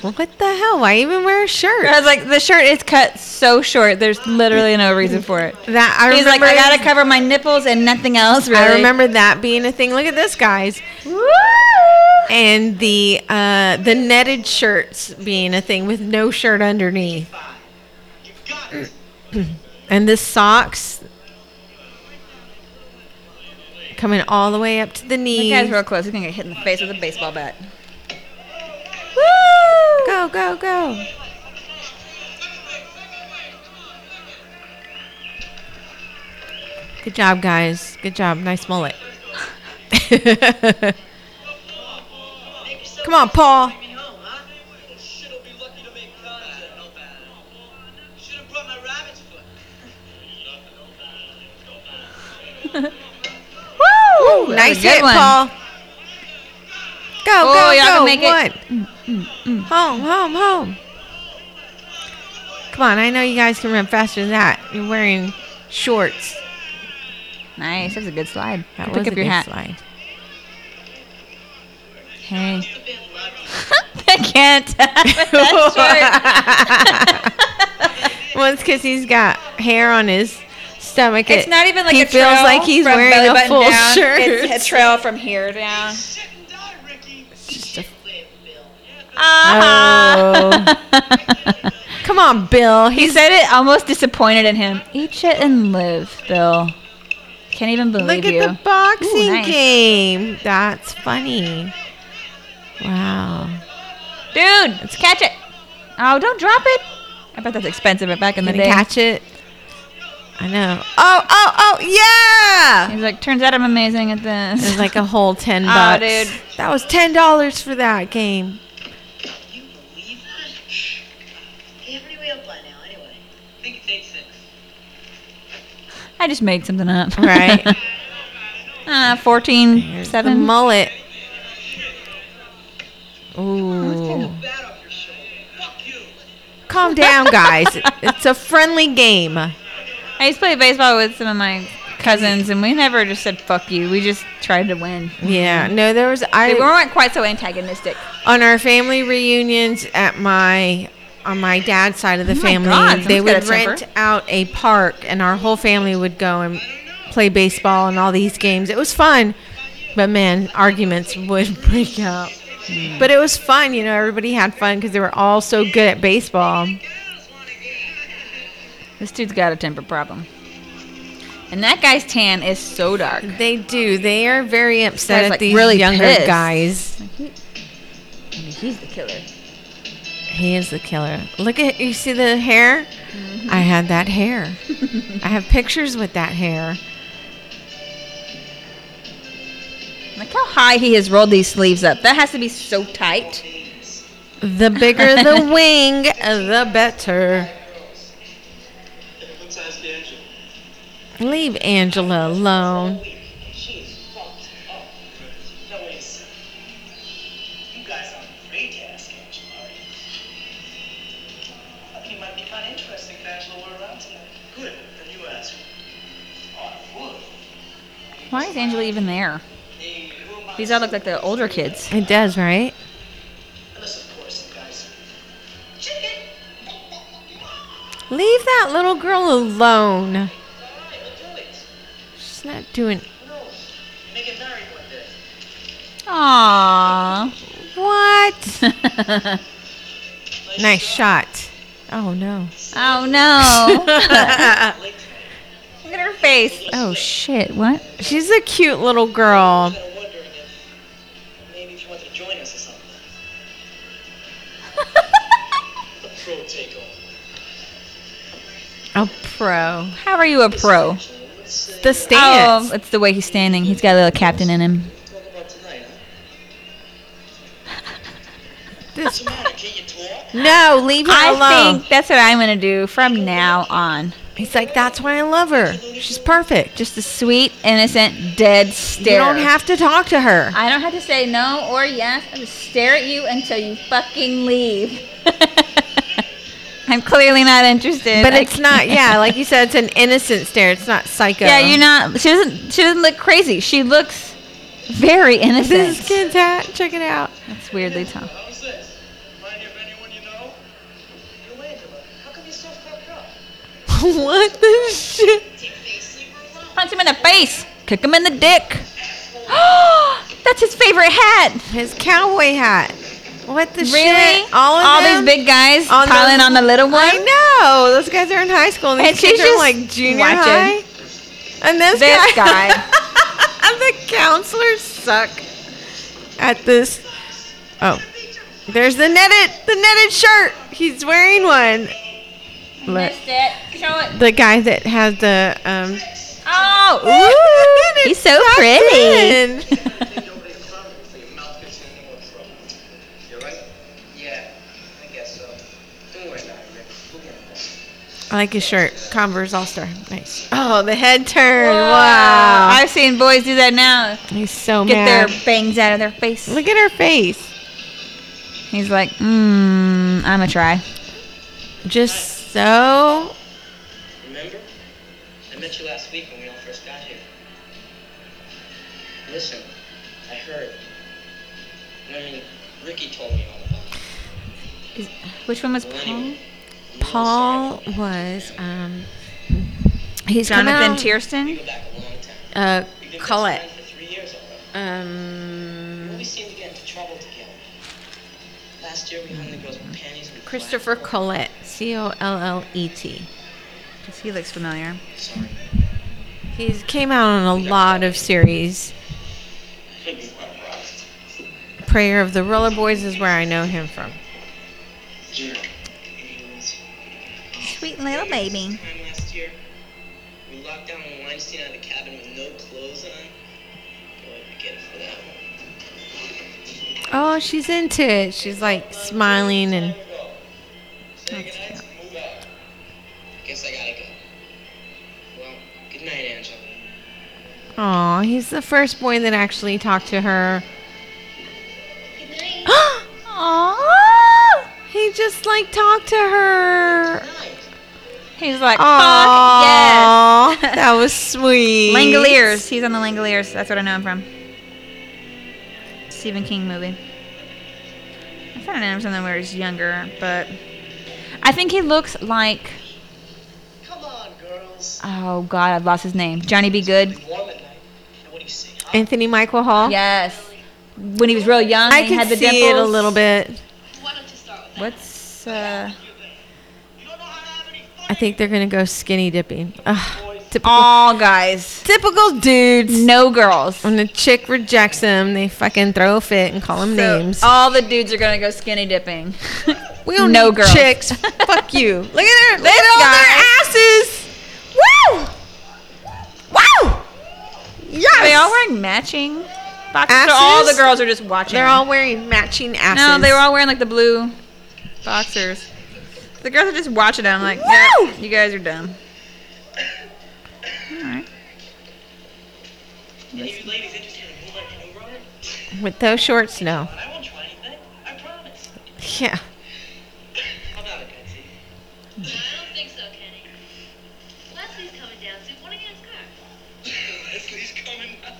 B: What the hell? Why even wear a
A: I
B: shirt?
A: was like, the shirt is cut so short. There's literally no reason for it.
B: That I
A: He's like,
B: remember.
A: I gotta cover my nipples and nothing else. Really.
B: I remember that being a thing. Look at this, guys.
A: Woo!
B: And the uh, the netted shirts being a thing with no shirt underneath.
C: You've got it.
B: And the socks coming all the way up to the
A: That
B: knees.
A: guy's real close. He's gonna get hit in the face with a baseball bat.
B: Woo! Go, go, go. Good job, guys. Good job. Nice mullet. Come on, Paul.
C: Shit'll be lucky to make contact. Should have brought my rabbit's foot.
B: Woo!
A: was
B: Nice
A: a good
B: hit,
A: one. Oh,
B: Paul. Go, go,
A: y'all
B: go.
A: can make it. Mm,
B: One. Home, home, home. Come on, I know you guys can run faster than that. You're wearing shorts.
A: Nice. That was a good slide.
B: That
A: Pick
B: was
A: up
B: a
A: your
B: good
A: hat.
B: slide.
A: Hey. I can't. That's
B: Well, it's because he's got hair on his stomach.
A: It's
B: It-
A: not even like
B: he
A: a trail.
B: feels like he's
A: from
B: wearing
A: belly
B: a
A: button
B: full
A: down.
B: shirt.
A: It's a trail from here down.
C: Sit and die, Ricky.
B: Oh. Come on, Bill.
A: He
B: He's
A: said it almost disappointed in him. Eat shit and live, Bill. Can't even believe
B: Look at
A: you.
B: the boxing
A: Ooh, nice.
B: game. That's funny. Wow.
A: Dude, let's catch it. Oh, don't drop it. I bet that's expensive but back in the
B: Gonna
A: day.
B: catch it. I know. Oh, oh, oh, yeah.
A: He's like, turns out I'm amazing at
B: It was
A: this.
B: like a whole
C: Oh,
B: 10
A: Aw,
B: bucks.
A: dude.
B: That was $10 for that game.
C: You believe that?
G: You have any way up by now, anyway.
C: I think it's eight six.
A: I just made something up.
B: Right.
A: uh, 14,
B: There's
A: 7.
B: The mullet.
A: kind
C: Oh,
B: Ooh.
C: Bat off your shoulder. Fuck you.
B: Calm down, guys. it's a friendly game.
A: I used to play baseball with some of my cousins, and we never just said fuck you. We just tried to win.
B: Yeah.
C: Mm-hmm.
B: No, there was I
A: We weren't quite so antagonistic.
B: on our family reunions at my on my dad's side of the
A: Oh my
B: family
A: God,
B: they
A: someone's got
B: would
A: a temper.
B: rent out a park and our whole family would go and play baseball and all these games. It was fun, but man, arguments would break out. But it was fun, you know. Everybody had fun because they were all so good at baseball.
A: This dude's got a temper problem. And that guy's tan is so dark.
B: They do. They are very upset
A: guy's,
B: at
A: like,
B: these
A: really
B: younger
A: pissed.
B: guys.
A: He's the killer.
B: He is the killer. Look at you. See the hair? I had that hair. I have pictures with that hair.
A: Like how high he has rolled these sleeves up. That has to be so tight.
B: The bigger the wing, the better.
E: Let's ask Angela.
B: Leave Angela alone.
C: She is fucked up. No, wait a second. You guys are great to ask Angela, aren't you? I think it might be kind of interesting if Angela were around tonight. Good. Then you ask her. I would.
A: Why is Angela even there?
C: Hey, who am I?
A: These all look like the older kids.
B: It does, right?
C: Unless, of course, you guys. Chicken!
B: Leave that little girl alone.
C: Alright, we'll do it.
B: She's not doing.
C: Who knows? You may get married one day.
A: Aww.
B: What?
A: oh
B: Nice shot. Oh no.
A: no. Oh. Uh,
C: Late tonight.
A: look at her face. Oh shit. What?
B: She's a cute little girl.
C: kind of wondering if maybe if you wanted to join us or something. the pro takeover.
B: A pro.
A: How are you a pro?
C: Let's say
B: The
A: Oh,
B: stance.
A: it's the way he's standing. He's got a little captain in him.
C: talk about tonight, huh?
B: This-
C: What's the matter? Can you talk?
B: No, leave her
A: I
B: alone.
A: think that's what I'm gonna do from now on.
B: He's like, that's why I love her. She's perfect.
A: Just a sweet, innocent, dead stare.
B: You don't have to talk to her.
A: I don't have to say no or yes. I just stare at you until you fucking leave. I'm clearly not interested.
B: But
A: I
B: it's not.
A: can't.
B: Yeah, like you said, it's an innocent stare. It's not psycho.
A: Yeah, you're not. She doesn't. She doesn't look crazy. She looks very
B: This is
A: innocent.
B: kid's hat. Check it out.
A: That's weirdly tough.
E: How's this? Remind you of anyone you know?
C: Yo, Angela, how come you're so fucked up?
B: what the shit?
A: Punch him in the face. Kick him in the dick. That's his favorite hat.
B: His cowboy hat. What the
A: Really?
B: shit? All of them?
A: these big guys
B: On
A: piling
B: those-
A: on the little one.
B: I know those guys are in high school and,
A: And
B: these kids
A: she's
B: are
A: just
B: like junior
A: watching.
B: high. And this,
A: This
B: guy,
A: guy.
B: the counselors suck at this. Oh, there's the netted the netted shirt. He's wearing one. Look,
A: Missed it. Show it.
B: the guy that has the um.
A: Oh.
B: Ooh,
A: He's so
B: sucked
A: pretty.
B: in.
E: So your mouth gets in more trouble. You alright?
C: Yeah, I guess so. Don't worry about it, Rick. We'll get it done.
B: I like his shirt. Converse All Star. Nice. Oh, the head turn.
A: Wow.
B: Wow.
A: I've seen boys do that now.
B: He's so
A: Get
B: mad.
A: their bangs out of their face.
B: Look at her face.
A: He's like, mmm, I'm a try.
B: Just so
C: Remember? I met you last week when we all first got here. Listen, I heard. I mean, Ricky told me all about it.
A: Which one was
C: Well,
A: Paul?
C: anyway, I'm really
B: Paul
C: sorry.
B: was um he's come
A: Jonathan
B: out,
C: We
A: Tiersten?
C: go back a long time.
B: uh
C: We've been
B: Colette.
C: best friends for three years already.
B: Um
C: We seem to get into trouble together. Last year we hung the girls with panties and
B: Christopher
C: black-
B: Collette. C O L L E T.
A: Because he looks familiar.
C: Sorry.
B: He's came out on a lot of series. Prayer of the Roller Boys is where I know him from.
C: Jerk.
A: Sweet little baby.
C: Time last year, we locked down Weinstein out of the cabin with no clothes on. Boy, we get it for that one.
B: Oh, she's into it. She's like smiling and
C: Say goodnight and move out. Guess I gotta go. Well, good night, Angela.
B: oh, he's the first boy that actually talked to her.
G: Good night.
B: Aww. He just like talked to her.
A: He's like,
B: Aw,
A: fuck, yes.
B: that was sweet.
A: Langoliers. He's on the Langoliers. That's what I know him from. Stephen King movie. I thought I knew him from something where he's younger, but I think he looks like
C: Come on, girls.
H: was
A: Oh God, I've lost his name. Johnny B. Good.
H: really warm at night. And what do you see? Huh?
B: Anthony Michael Hall.
A: Yes. When he was real young,
B: I
A: he
B: can
A: had the
B: see it a
A: dimples.
B: little bit.
D: Why don't you start with that?
A: What's uh?
H: You don't know how to have any fun.
B: I think they're gonna go skinny dipping. Ugh, typical,
A: All guys,
B: typical dudes.
A: no girls.
B: When the chick rejects them, they fucking throw a fit and call them
A: So,
B: names.
A: All the dudes are gonna go skinny dipping.
B: we don't
A: no
B: need
A: girls.
B: chicks. Fuck you. Look at their, look
A: This
B: at all
A: guy.
B: their asses. Woo! Wow! Yes.
A: Are they all wearing matching boxes?
B: Asses?
A: So all the girls are just watching.
B: They're all wearing matching asses.
A: No, they were all wearing like the blue boxers. The girls are just watching it. I'm like,
B: Woo!
A: "Yep, you guys are dumb. All right.
H: Any of you ladies interested in pulling that over on it?
B: with those shorts. No.
H: But I won't try anything. I promise.
B: Yeah.
H: How about it, Betsy?
G: I don't think so, Kenny. Leslie's coming down soon. What are you gonna scarf?
H: Leslie's coming up.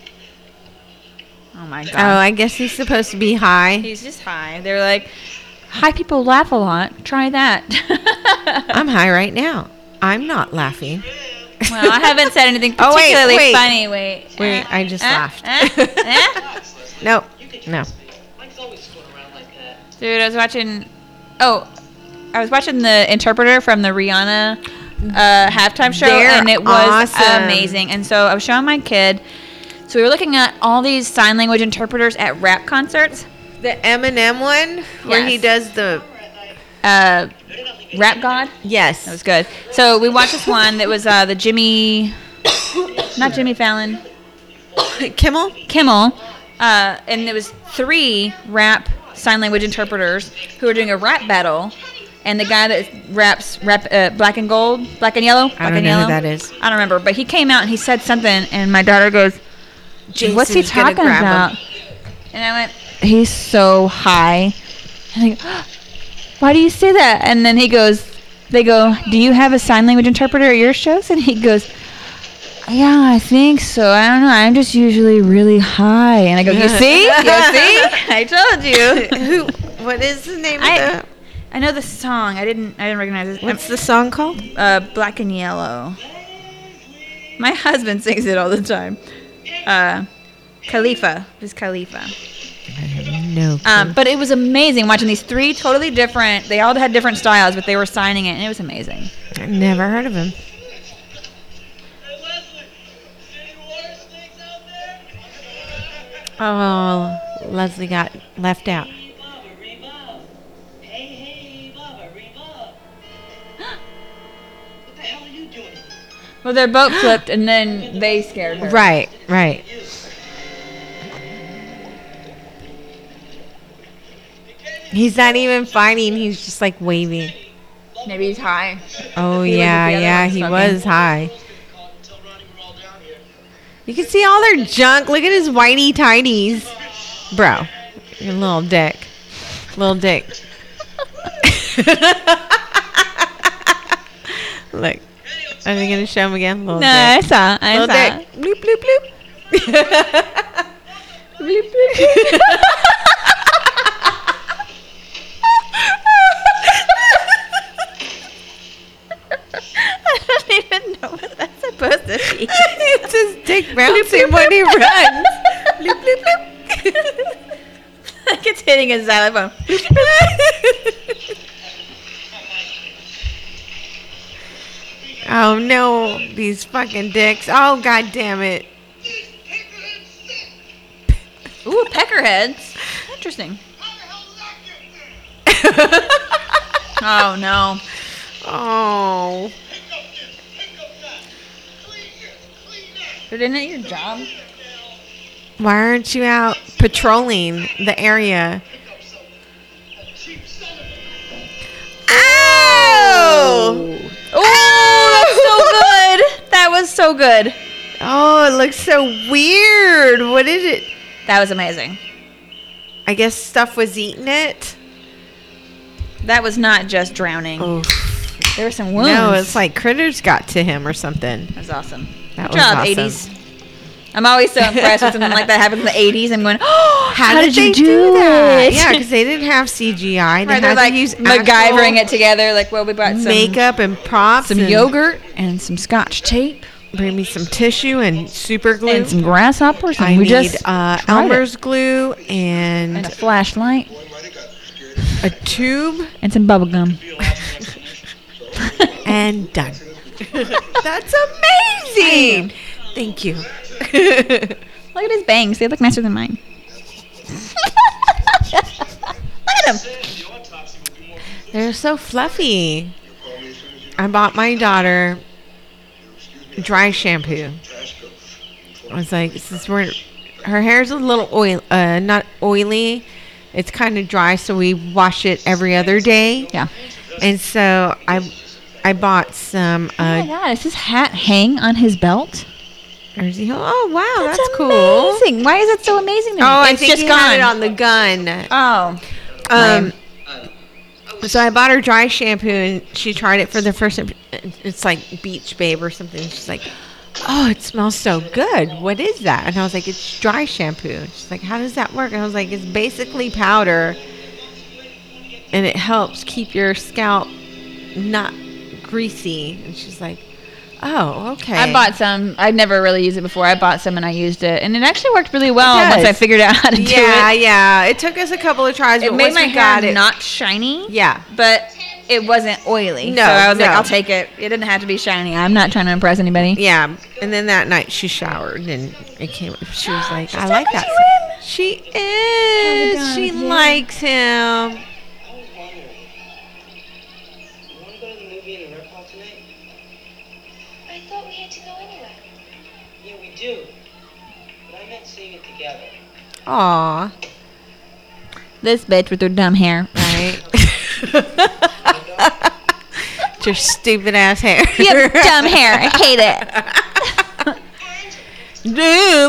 A: Oh my
B: Oh,
A: god.
B: I guess he's supposed to be high.
A: He's just high. They're like, high people laugh a lot. Try that.
B: I'm high right now. I'm not laughing.
A: well, I haven't said anything
B: Oh, wait,
A: particularly
B: wait.
A: funny. Wait.
B: Wait, I just
A: Uh,
B: laughed.
A: uh, uh.
H: Relax, Leslie.
B: No,
H: You can
B: no.
H: trust me. Mike's always going around like that.
A: Dude, I was watching. Oh, I was watching the interpreter from the Rihanna uh, halftime show,
B: They're
A: and it was
B: awesome.
A: amazing. And so I was showing my kid. So we were looking at all these sign language interpreters at rap concerts.
B: The Eminem one where he
A: Yes.
B: does the
A: Uh, rap God.
B: yes.
A: That was good. So we watched this one that was uh, the Jimmy, not Jimmy Fallon,
B: Kimmel.
A: Kimmel, uh, and it was three rap sign language interpreters who were doing a rap battle, and the guy that raps rap uh, black and gold, black and yellow, black
B: I don't
A: and
B: know who
A: yellow.
B: that is.
A: I don't remember, but he came out and he said something, and my daughter goes, "What's he
B: Jason's gonna
A: talking
B: grab
A: about?"
B: him.
A: And I went, "He's so high." And I go, "Why do you say that?" And then he goes, "They go, do you have a sign language interpreter at your shows?" And he goes. Yeah, I think so. I don't know. I'm just usually really high. And I go, You see? You see? I told you.
B: Who? What is the name
A: I,
B: of
A: I know the song. I didn't I didn't recognize it.
B: the? What's the song called?
A: uh, black and yellow. My husband sings it all the time. Uh, Khalifa it was Khalifa.
B: No.
A: Um, but it was amazing watching these three totally different. They all had different styles, but they were signing it, and it was amazing.
B: I've never heard of him.
H: Hey, Leslie, see any water snakes out there?
B: Oh, Leslie got left out.
H: Hey, Baba, Reba. Hey, hey, Baba, Reba. What the hell are you doing?
A: Well, their boat flipped, and then they scared her.
B: Right, right. He's not even fighting. He's just like waving.
A: Maybe he's high.
B: Oh
A: He was
B: yeah,
A: at the other
B: yeah.
A: one's
B: He
A: fucking-
B: was high.
H: Call and tell Ronnie we're all down here.
B: You can see all their junk. Look at his whitey tidies, bro. Your little dick, little dick. Look, are they gonna show him again? Little
A: No, I saw. I
B: Little
A: saw.
B: dick. Bloop, bloop, bloop. bloop, bloop,
A: I don't even know what that's supposed to be.
B: it's his dick bouncing when he runs. bloop, bloop, bloop.
A: like it's hitting a xylophone.
B: oh no, these fucking dicks. Oh god damn it.
A: Ooh, peckerheads. Interesting. Oh no.
B: oh.
A: But isn't it your job?
B: Why aren't you out patrolling the area? Ow!
A: Oh, that's so good. That was so good.
B: Oh, it looks so weird. What is it?
A: That was amazing.
B: I guess stuff was eating it.
A: That was not just drowning.
B: Oh,
A: There were some wounds.
B: no, it's like critters got to him or something.
A: That was awesome.
B: That
A: Good
B: was
A: job,
B: awesome.
A: 80s. I'm always so impressed with something like that happened in the 80s. I'm going, oh, how, did,
B: they
A: you do, that?
B: Yeah, because they didn't have CGI. They
A: Right,
B: had
A: they're like
B: to use
A: MacGyvering it
B: actual
A: together. Like, well, we brought some
B: makeup and props,
A: some
B: and
A: yogurt, and some Scotch tape,
B: Bring me some tissue and super glue.
A: and some grasshoppers, and
B: I
A: we
B: need
A: just
B: uh,
A: tried it.
B: Elmer's glue
A: and a
B: and
A: flashlight
F: Boy might have gotten scared.
B: a tube,
A: and some bubble gum.
B: and done. That's amazing. Thank you.
A: Look at his bangs; they look nicer than mine. look at him.
B: They're so fluffy.
F: You'll call me as soon as you
B: I bought my daughter
F: excuse me.
B: dry shampoo.
F: Trash coat.
B: I was like, since we're, her hair's a little oil, uh, not oily. It's kind of dry, so we wash it every other day.
A: Yeah.
B: And so I, I bought some.
A: Oh
B: Uh,
A: my God! Is his hat hang on his belt?
B: jersey- oh wow, that's, cool.
A: amazing. Why is it so amazing? To me?
B: Oh, I
A: it's
B: think
A: just
B: he
A: gone.
B: had it on the gun.
A: oh,
B: Um, so I bought her dry shampoo, and she tried it for the first. It's like Beach Babe or something. She's like, "Oh, it smells so good. What is that?" And I was like, "It's dry shampoo." She's like, "How does that work?" And I was like, "It's basically powder, and it helps keep your scalp not greasy." And she's like, "Oh, okay."
A: I bought some. I'd never really used it before. I bought some and I used it, and it actually worked really well
B: It
A: once I
B: does.
A: figured out how to
B: Yeah,
A: do it.
B: yeah. It took us a couple of tries,
A: It
B: but
A: made
B: once
A: my
B: we got
A: hair
B: it,
A: not shiny.
B: yeah.
A: but it wasn't oily.
B: No,
A: so I was like,
B: no.
A: I'll take it. It didn't have to be shiny. I'm not trying to impress anybody.
B: Yeah, and then that night she showered and it came. She was like, "I like
A: talking
B: that."
A: to him.
B: She is.
A: God,
B: she
A: yeah.
B: likes him.
C: I was wondering. You want to go to the movie in the rec hall tonight?
G: I thought we had to go anyway.
C: Yeah, we do. But I meant seeing it together.
B: Aw,
A: This bitch with her dumb hair.
B: right. It's Your stupid ass hair.
A: You have dumb hair. I hate it.
B: Dude,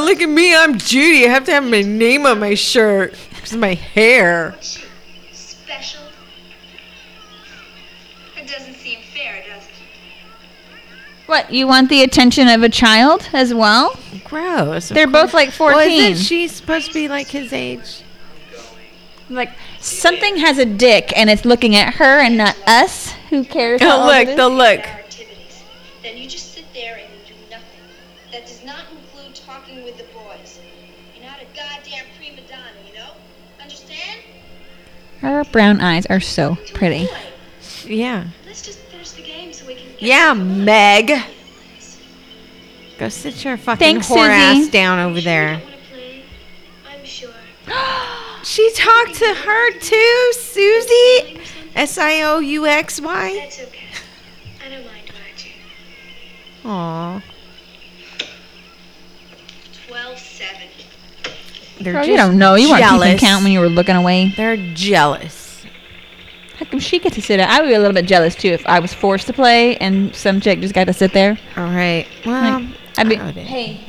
B: look at me. I'm Judy. I have to have my name on my shirt. It's my hair.
G: What's she? Special? It doesn't seem fair, does it?
A: What, you want the attention of a child as well?
B: Gross.
A: They're both like 14.
B: Wasn't she supposed to be like his age?
A: like, something has a dick and it's looking at her and not us. Who cares? how
B: Oh,
A: old it
B: look,
A: is?
B: the look.
D: our activities. Then you just sit there and you do nothing. That does not include talking with the boys. You're not a goddamn prima donna, you know? Understand?
A: her brown eyes are so pretty.
B: Yeah.
G: Let's just finish the game so we can get
B: Yeah, Meg. Go sit your fucking
A: Thanks,
B: whore
A: Susie.
B: ass down over there.
G: want to play. I'm sure.
B: She talked to her too, Susie. S I O U X Y.
G: That's okay. I don't mind watching.
B: Aw,
D: 12 7.
A: Girl,
B: they're just
A: you don't know. You weren't keeping
B: jealous.
A: count when you were looking away.
B: They're jealous.
A: How come she gets to sit out? I would be a little bit jealous too if I was forced to play and some chick just got to sit there.
B: All right. Well,
A: Like, I'd be,
B: I would-
A: hey,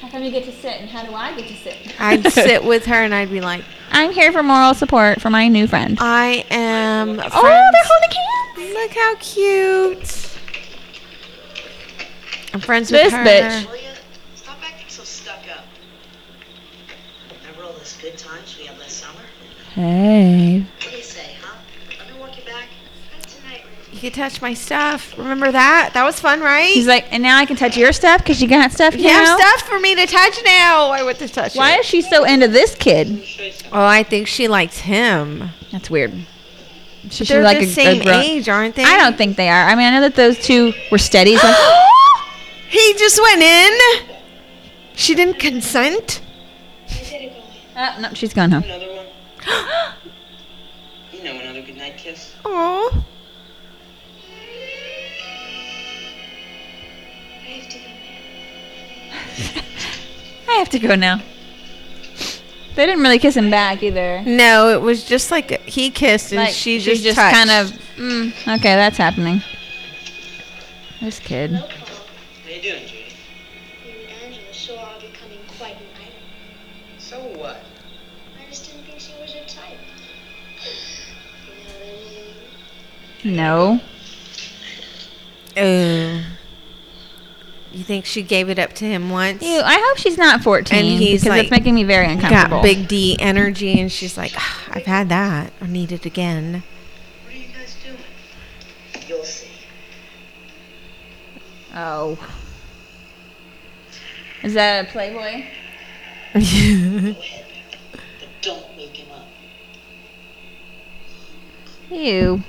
A: how come you get to sit and how do I get to sit?
B: I'd sit with her and I'd be like,
A: I'm here for moral support for my new friend.
B: I am.
A: Oh, they're holding hands.
B: friends- Look how cute. I'm friends with
A: This
B: her.
A: bitch.
C: Will you? Stop acting so stuck up. Remember all those good times we had last summer?
A: Hey.
C: What do you say, huh? Let me walk you back.
G: Not tonight, Ruth.
B: You can touch my stuff. Remember that? That was fun, right?
A: He's like, and now I can touch your stuff because you got stuff. You
B: You
A: know?
B: have stuff for me to touch now. I want to touch
A: Why
B: it.
A: is she so into this kid?
C: Let me show you something.
B: Oh, I think she likes him.
A: That's weird. She should
B: They're
A: like
B: the
A: a- a
B: same
A: grown-
B: age, aren't they?
A: I don't think they are. I mean, I know that those two were steady. So
B: he just went in. She didn't consent.
G: I better go in.
A: Uh, no, she's gone home.
C: Another one? You know, another goodnight kiss?
B: Oh,
G: I have to go now.
A: I have to go now. They didn't really kiss him back either.
B: no! It was just like he kissed and
A: Like,
B: she,
A: she's
B: just, touched.
A: kind of mm, okay. That's happening. This kid.
G: No call.
C: How you doing, Judy?
G: You and Angela sure are becoming quite an item.
C: So what?
G: I just didn't think she was your type. You know what I mean?
A: No.
B: Oh. You think she gave it up to him once?
A: Ew, I hope she's not 14
B: And he's
A: because
B: like-
A: it's making me very uncomfortable.
B: Got big D energy, and she's like, "Ah, I've had that. I need it again.
G: What are you guys doing?
C: You'll see.
A: Oh. Is that a Playboy?
C: Go ahead. But don't wake him up.
A: Ew.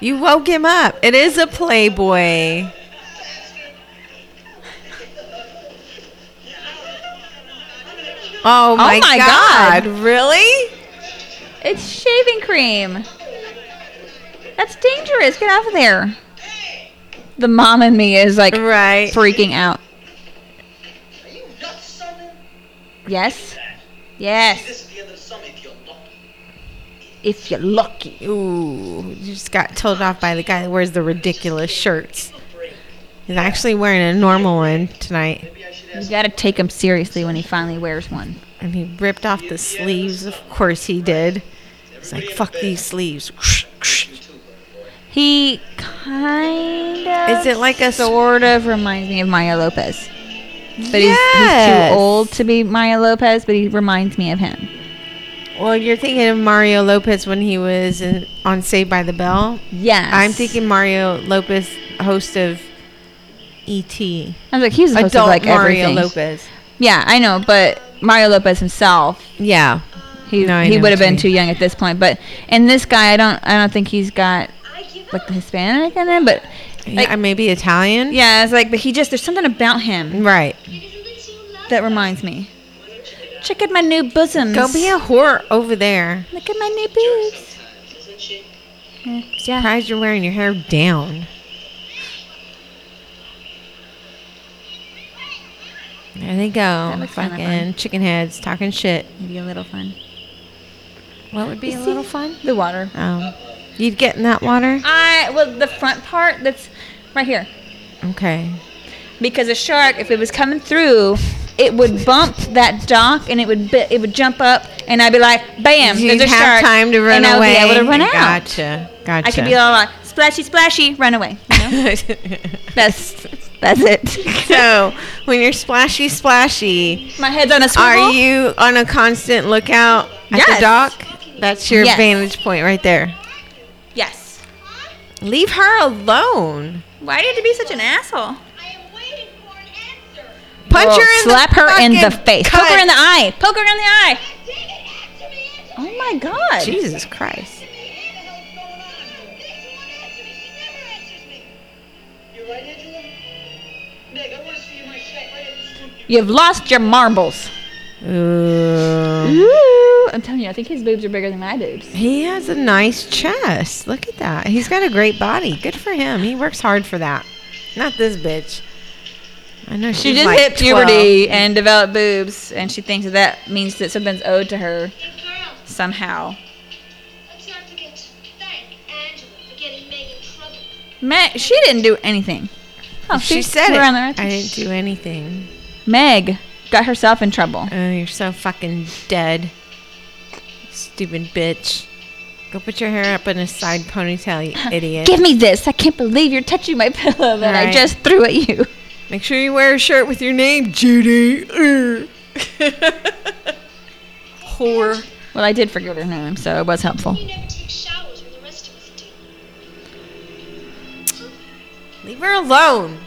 B: you woke him up. It is a Playboy. Oh my,
A: my
B: God.
A: God.
B: Really?
A: It's shaving cream. That's dangerous. Get out of there. The mom in me is like
B: Right.
A: freaking out.
C: Are you nuts, son?
A: Yes. Yes.
C: This is the end of the summer if you're lucky.
A: If you're lucky.
B: Ooh, you just got told off by the guy that wears the ridiculous shirts.
C: Break.
B: He's actually wearing a normal one tonight,
C: Maybe I should
A: You
C: ask
A: gotta take him seriously when he finally wears one.
B: and he ripped off the sleeves. Of course he did. He's like, "Fuck these sleeves."
C: you too, little boy.
A: He kind of.
B: Is it like a s-
A: sort of reminds me of Maya Lopez? But he's, he's
B: Yes.
A: too old to be Maya Lopez, but he reminds me of him.
B: Well, you're thinking of Mario Lopez when he was in, on Saved by the Bell.
A: Yes.
B: I'm thinking Mario Lopez, host of E.T.
A: I was like, he was the host of,
B: Adult
A: like
B: Mario
A: everything.
B: Lopez.
A: Yeah, I know, but Mario Lopez himself,
B: Yeah.
A: he
B: No, I
A: he
B: know
A: would have
B: what you
A: been
B: mean.
A: too young at this point. But and this guy, I don't I don't think he's got
G: I give
A: like
G: up.
A: the Hispanic in him, but like,
B: yeah maybe Italian.
A: yeah, it's like but he just there's something about him
B: Right.
G: It isn't you love.
A: that reminds me. Check out my new bosoms.
B: Go be a whore over there.
A: Look at my new boobs.
C: Isn't she?
A: Eh, Yeah.
B: Surprised you're wearing your hair down. There they go.
A: looks kinda
B: Fucking chicken heads talking shit.
A: Maybe a little fun.
B: What would be a little fun?
A: The water.
B: Oh. You'd get in that water?
A: I well the front part that's right here
B: Okay.
A: because a shark if it was coming through it would bump that dock and it would bi- it would jump up and I'd be like bam
B: You'd
A: there's a
B: have
A: shark
B: time to run
A: and I would
B: away.
A: be able to run out
B: Gotcha. Gotcha.
A: I could be all like splashy splashy run away you know? that's that's it
B: so, when you're splashy, splashy,
A: my head's on a swivel
B: are you on a constant lookout at
A: Yes.
B: the dock? That's your
A: Yes.
B: vantage point right there.
A: yes
B: Leave her alone.
A: why do you have to be such an asshole
G: I am waiting for an answer.
B: Punch
A: Well,
B: her in
A: slap
B: the
A: her in the
B: fucking
A: face poke her in the eye poke her in the eye
G: David, answer me, answer
A: oh my god
B: Jesus Christ.
G: me. What the hell's going on? This won't answer me.
C: You're right, Angela?
G: She never answers me.
C: Meg, I want to see you in my shack right at the school.
A: you've lost your marbles
B: Ooh.
A: Ooh, I'm telling you I think his boobs are bigger than my boobs.
B: He has a nice chest. Look at that. He's got a great body. Good for him. He works hard for that. Not this bitch. I know she's
A: She just
B: like
A: hit
B: 12.
A: puberty and developed boobs, and she thinks that that means that something's owed to her
G: Hey, girls,
A: somehow.
G: let's not forget to thank Angela for getting Meg in trouble.
A: Meg, she didn't do anything. Oh, see,
B: she said
A: we're
B: it.
A: on the right
B: I
A: track.
B: didn't do anything.
A: Meg got herself in trouble.
B: Oh, you're so fucking dead. Stupid bitch. Go put your hair up in a side ponytail, you idiot.
A: Give me this! I can't believe you're touching my pillow that I
B: Right.
A: just threw at you.
B: Make sure you wear a shirt with your name, Judy. Ugh. Whore.
A: Well, I did forget her name, so it was helpful.
G: You never take showers when the rest of us do.
B: Leave her alone.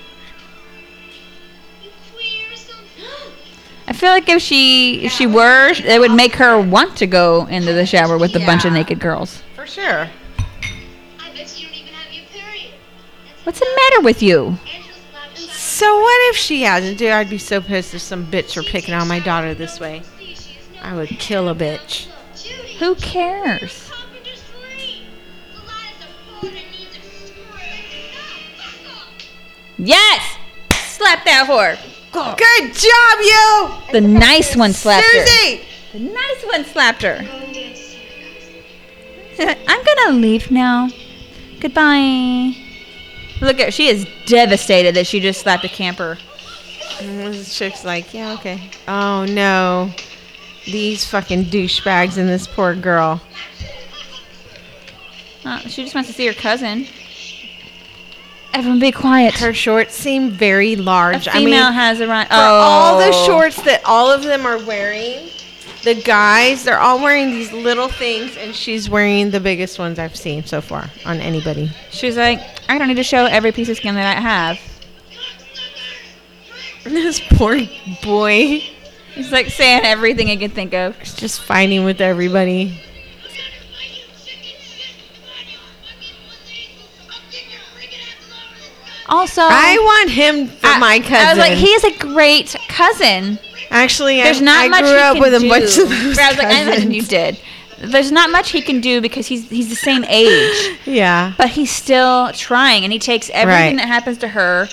G: You queer or something?
A: I feel like if she if she were, it would make her want to go into the shower with a bunch of naked girls.
B: For sure.
G: I bet you don't even have your period. That's
A: What's the matter with you?
G: Angela's allowed to shower.
B: So what if she hasn't? Dude, I'd be so pissed if some bitch were picking on my daughter this way.
G: See, she is no
B: I would kill a bitch.
G: Judy.
A: Who cares?
G: Carpenter's lane. The lies are born and needs are sworn. Fuck off.
A: Yes! Slap that whore.
B: Good job,
A: The nice one
B: you,
A: slapped her.
B: Susie.
A: The nice one slapped her.
G: Go and dance to your cousin.
A: I'm gonna leave now. Goodbye. Look at she is devastated that she just slapped a camper.
B: And Mm, this chick's like, yeah, okay. Oh no, these fucking douchebags and this poor girl.
A: Uh, she just wants to see her cousin. Everyone be quiet.
B: Her shorts seem very
A: a
B: large. I mean,
A: female has a right. Oh.
B: for all the shorts that all of them are wearing, the guys, they're all wearing these little things, and she's wearing the biggest ones I've seen so far on anybody.
A: She's like, I don't need to show every piece of skin that I have.
B: this poor boy
A: He's like saying everything he could think of.
B: is just fighting with everybody.
A: Also,
B: I want him for
A: Oh. I-
B: my cousin.
A: I was like, he is a great cousin.
B: Actually,
A: There's
B: I,
A: not
B: I
A: much
B: grew
A: he
B: up
A: can
B: with
A: do.
B: a bunch of those
A: Right, I was like, I imagine
B: cousins.
A: you did. There's not much he can do because he's he's the same age,
B: Yeah,
A: but he's still trying, and he takes everything
B: Right.
A: that happens to her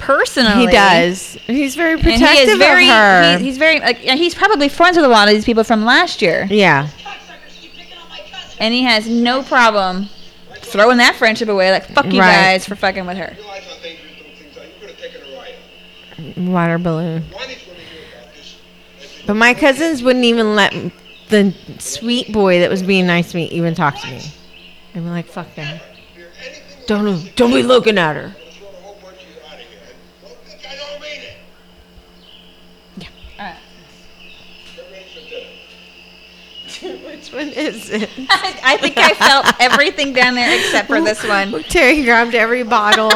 A: personally.
B: he does. He's very
A: And
B: protective
A: he is very.
B: of her.
A: He, he's very. Like, and he's probably friends with a lot of these people from last year,
B: yeah,
H: Cocksuckers keep picking on my cousin.
A: and he has no problem throwing that friendship away. Like fuck you
B: Right.
A: guys for fucking with her.
F: You realize how dangerous little things are. You could have taken a riot.
B: water balloon.
F: Why did you want to hear about this?
B: But my cousins wouldn't even let m- the sweet boy that was being nice to me even talk to me. I'm like, fuck that.
F: Hear anything
B: Don't look- don't be looking at
F: I'm
B: her.
F: going to throw the whole bunch of you out of here. Don't think I don't mean it.
A: Alright.
F: Get ready for dinner.
B: Which one is it?
A: I, I think I felt everything down there except for this one.
B: Terry grabbed every bottle,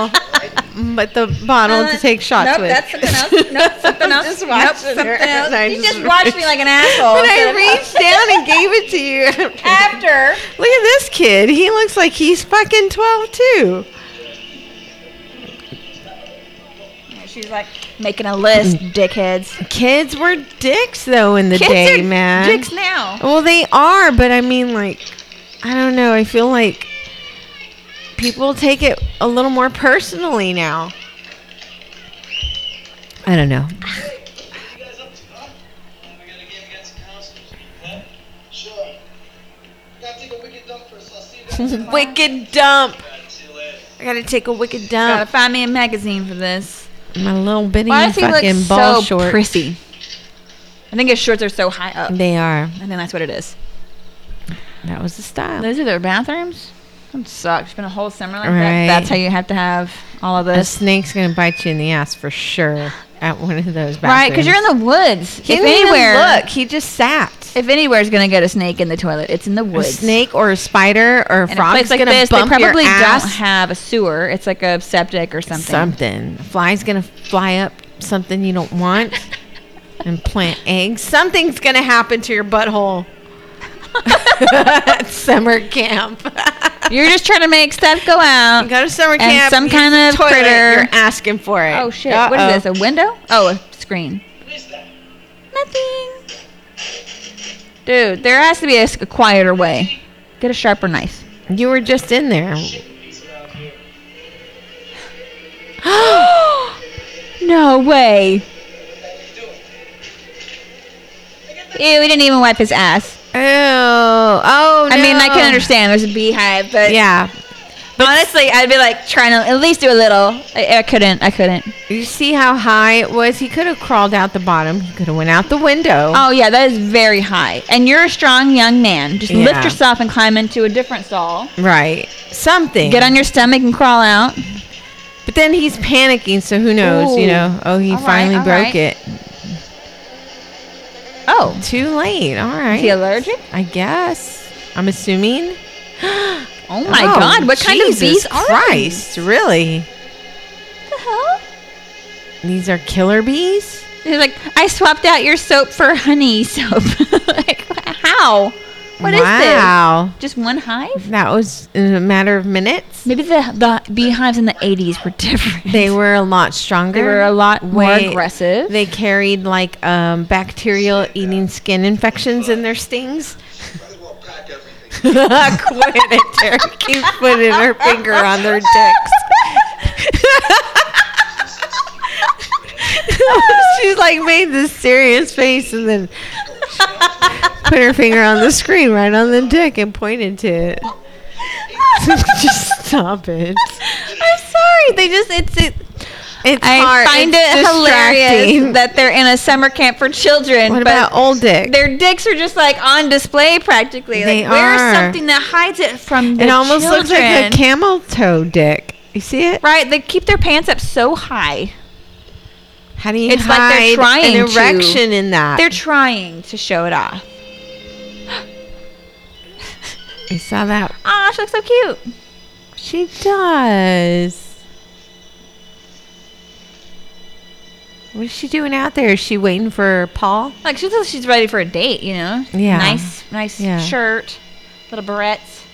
B: but the bottle to take shots
A: Uh, nope,
B: with.
A: That's something else. Nope, something
B: I'm
A: else.
B: just
A: nope,
B: watching her
A: something
B: as I
A: else. You
B: just
A: just watched me like an asshole.
B: But I
A: instead of-
B: reached down and gave it to you. after.
A: after.
B: Look at this kid. He looks like he's fucking 12 too.
A: She's like making a list,
B: Mm.
A: dickheads.
B: Kids were dicks though in the
A: Kids
B: day,
A: are
B: man. Oh,
A: dicks now.
B: Well, they are, but I mean, like, I don't know. I feel like people take it a little more personally now. I don't know.
H: You guys up to, huh? We got a game against the counselors. What?
F: Sure. Gotta take a wicked dump first. I'll see you guys.
B: wicked dump.
H: Alright, see you later.
B: I gotta take a wicked
A: Gotta
B: dump.
A: find me a magazine for this.
B: My little bitty
A: Why does he
B: fucking
A: look
B: ball
A: so
B: shorts.
A: prissy? I think his shorts are so high up.
B: They are.
A: I think that's what it is.
B: That was the style.
A: Those are their bathrooms. That sucks. It's been a whole summer like
B: Right.
A: that. That's how you have to have all of
B: A
A: this.
B: snake's gonna bite you in the ass for sure at one of those bathrooms.
A: Right, because you're in the woods.
B: He
A: if
B: didn't even
A: anywhere,
B: look, he just sat.
A: if anywhere's gonna get a snake in the toilet, it's in the
B: A
A: woods.
B: snake or a spider or a
A: In a
B: frog
A: place
B: is
A: like
B: gonna
A: this, they
B: bump your
A: probably
B: ass.
A: don't have a sewer. It's like a septic or something.
B: something. A fly's gonna fly up something you don't want and plant eggs. Something's gonna happen to your butthole. at summer camp.
A: You're just trying to make stuff go
B: You
A: out.
B: go to summer
A: And
B: camp.
A: some
B: use the
A: kind of
B: toilet,
A: critter-
B: You're asking for it.
A: Oh shit! What is
B: Uh-oh.
A: this? A window? Oh, a screen.
H: What is that?
A: Nothing. Dude, there has to be a, s- a quieter way. Get a sharper knife.
B: You were just in there.
H: He's around here.
A: no way. Ew, we didn't even wipe his ass.
B: Oh, oh.
A: I mean, I
B: no.
A: can understand. There's a beehive, but
B: Yeah,
A: honestly, I'd be like trying to at least do a little. I, I couldn't. I couldn't.
B: you see how high it was. He could have crawled out the bottom. He could have went out the window.
A: Oh yeah, that is very high. And you're a strong young man. Just
B: Yeah.
A: lift yourself and climb into a different stall.
B: Right, something.
A: Get on your stomach and crawl out.
B: But then he's panicking, so who knows? You
A: Ooh.
B: know? Oh, he
A: All right,
B: finally
A: all
B: broke
A: right.
B: it.
A: Oh,
B: Too late. All
A: is he
B: right.
A: allergic?
B: I guess. I'm assuming.
A: Oh my God! What kind of bees are these?
B: Christ, really?
A: What the hell?
B: These are killer bees?
A: He's like, I swapped out your soap for honey soap. like, how? What is
B: wow.
A: this? Just one hive?
B: That was in a matter of minutes.
A: Maybe the the beehives in the '80s were different.
B: They were a lot stronger.
A: They were a lot more
B: Way-
A: aggressive.
B: They carried like um, bacterial eating skin infections in their stings.
F: Might as well pack everything.
B: Quit it, Terry. Keep putting her finger on their dicks. She's like made this serious face and then put her finger on the screen right on the dick and pointed to it. Just stop it.
A: I'm sorry. They just it's it.
B: It's
A: I
B: hard.
A: find
B: It's
A: it hilarious
B: distracting.
A: that they're in a summer camp for children.
B: what
A: but
B: about old dick?
A: their dicks are just like on display practically.
B: They
A: like, Wear
B: are.
A: something that hides it from the
B: It almost looks like a
A: children.
B: camel toe dick. You see it?
A: Right? They keep their pants up so high.
B: How do you
A: It's like they're
B: hide
A: trying
B: an
A: to.
B: erection in that?
A: They're trying to show it off.
B: I saw that.
A: Ah, she looks so cute.
B: She does. What is she doing out there? Is she waiting for Paul?
A: Like she looks like she's ready for a date, you know?
B: Yeah.
A: Nice, nice
B: Yeah.
A: shirt, little barrettes.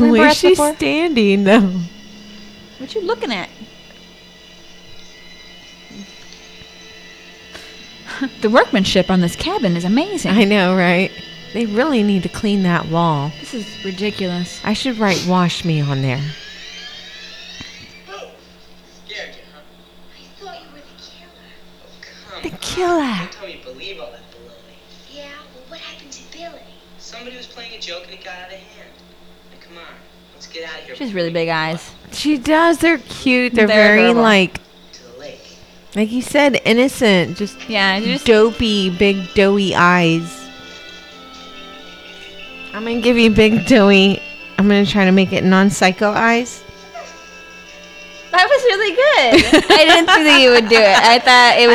A: wear
B: Where is
A: breasts
B: she
A: before?
B: standing though?
A: What you looking at? the workmanship on this cabin is amazing.
B: I know, right? They really need to clean that wall.
A: this is ridiculous.
B: I should write "wash me" on there.
H: Scared you, huh?
G: I thought you were the killer.
H: Oh, come
B: The
H: on.
B: killer.
H: Don't tell me you believe all that baloney.
G: Yeah, well, what happened to Billy?
H: Somebody was playing a joke and it got out of hand. Now, come on, let's get out of here.
A: She has
H: before
A: really
H: we
A: big
H: go
A: eyes.
B: She does. They're cute. They're,
A: They're
B: very
A: adorable.
B: like,
H: up To the lake.
B: like you said, innocent. Just
A: Yeah, just
B: dopey, big doughy eyes. I'm gonna give you big doughy. I'm gonna try to make it non-psycho eyes.
A: that was really good. I didn't think you would do it. I thought it was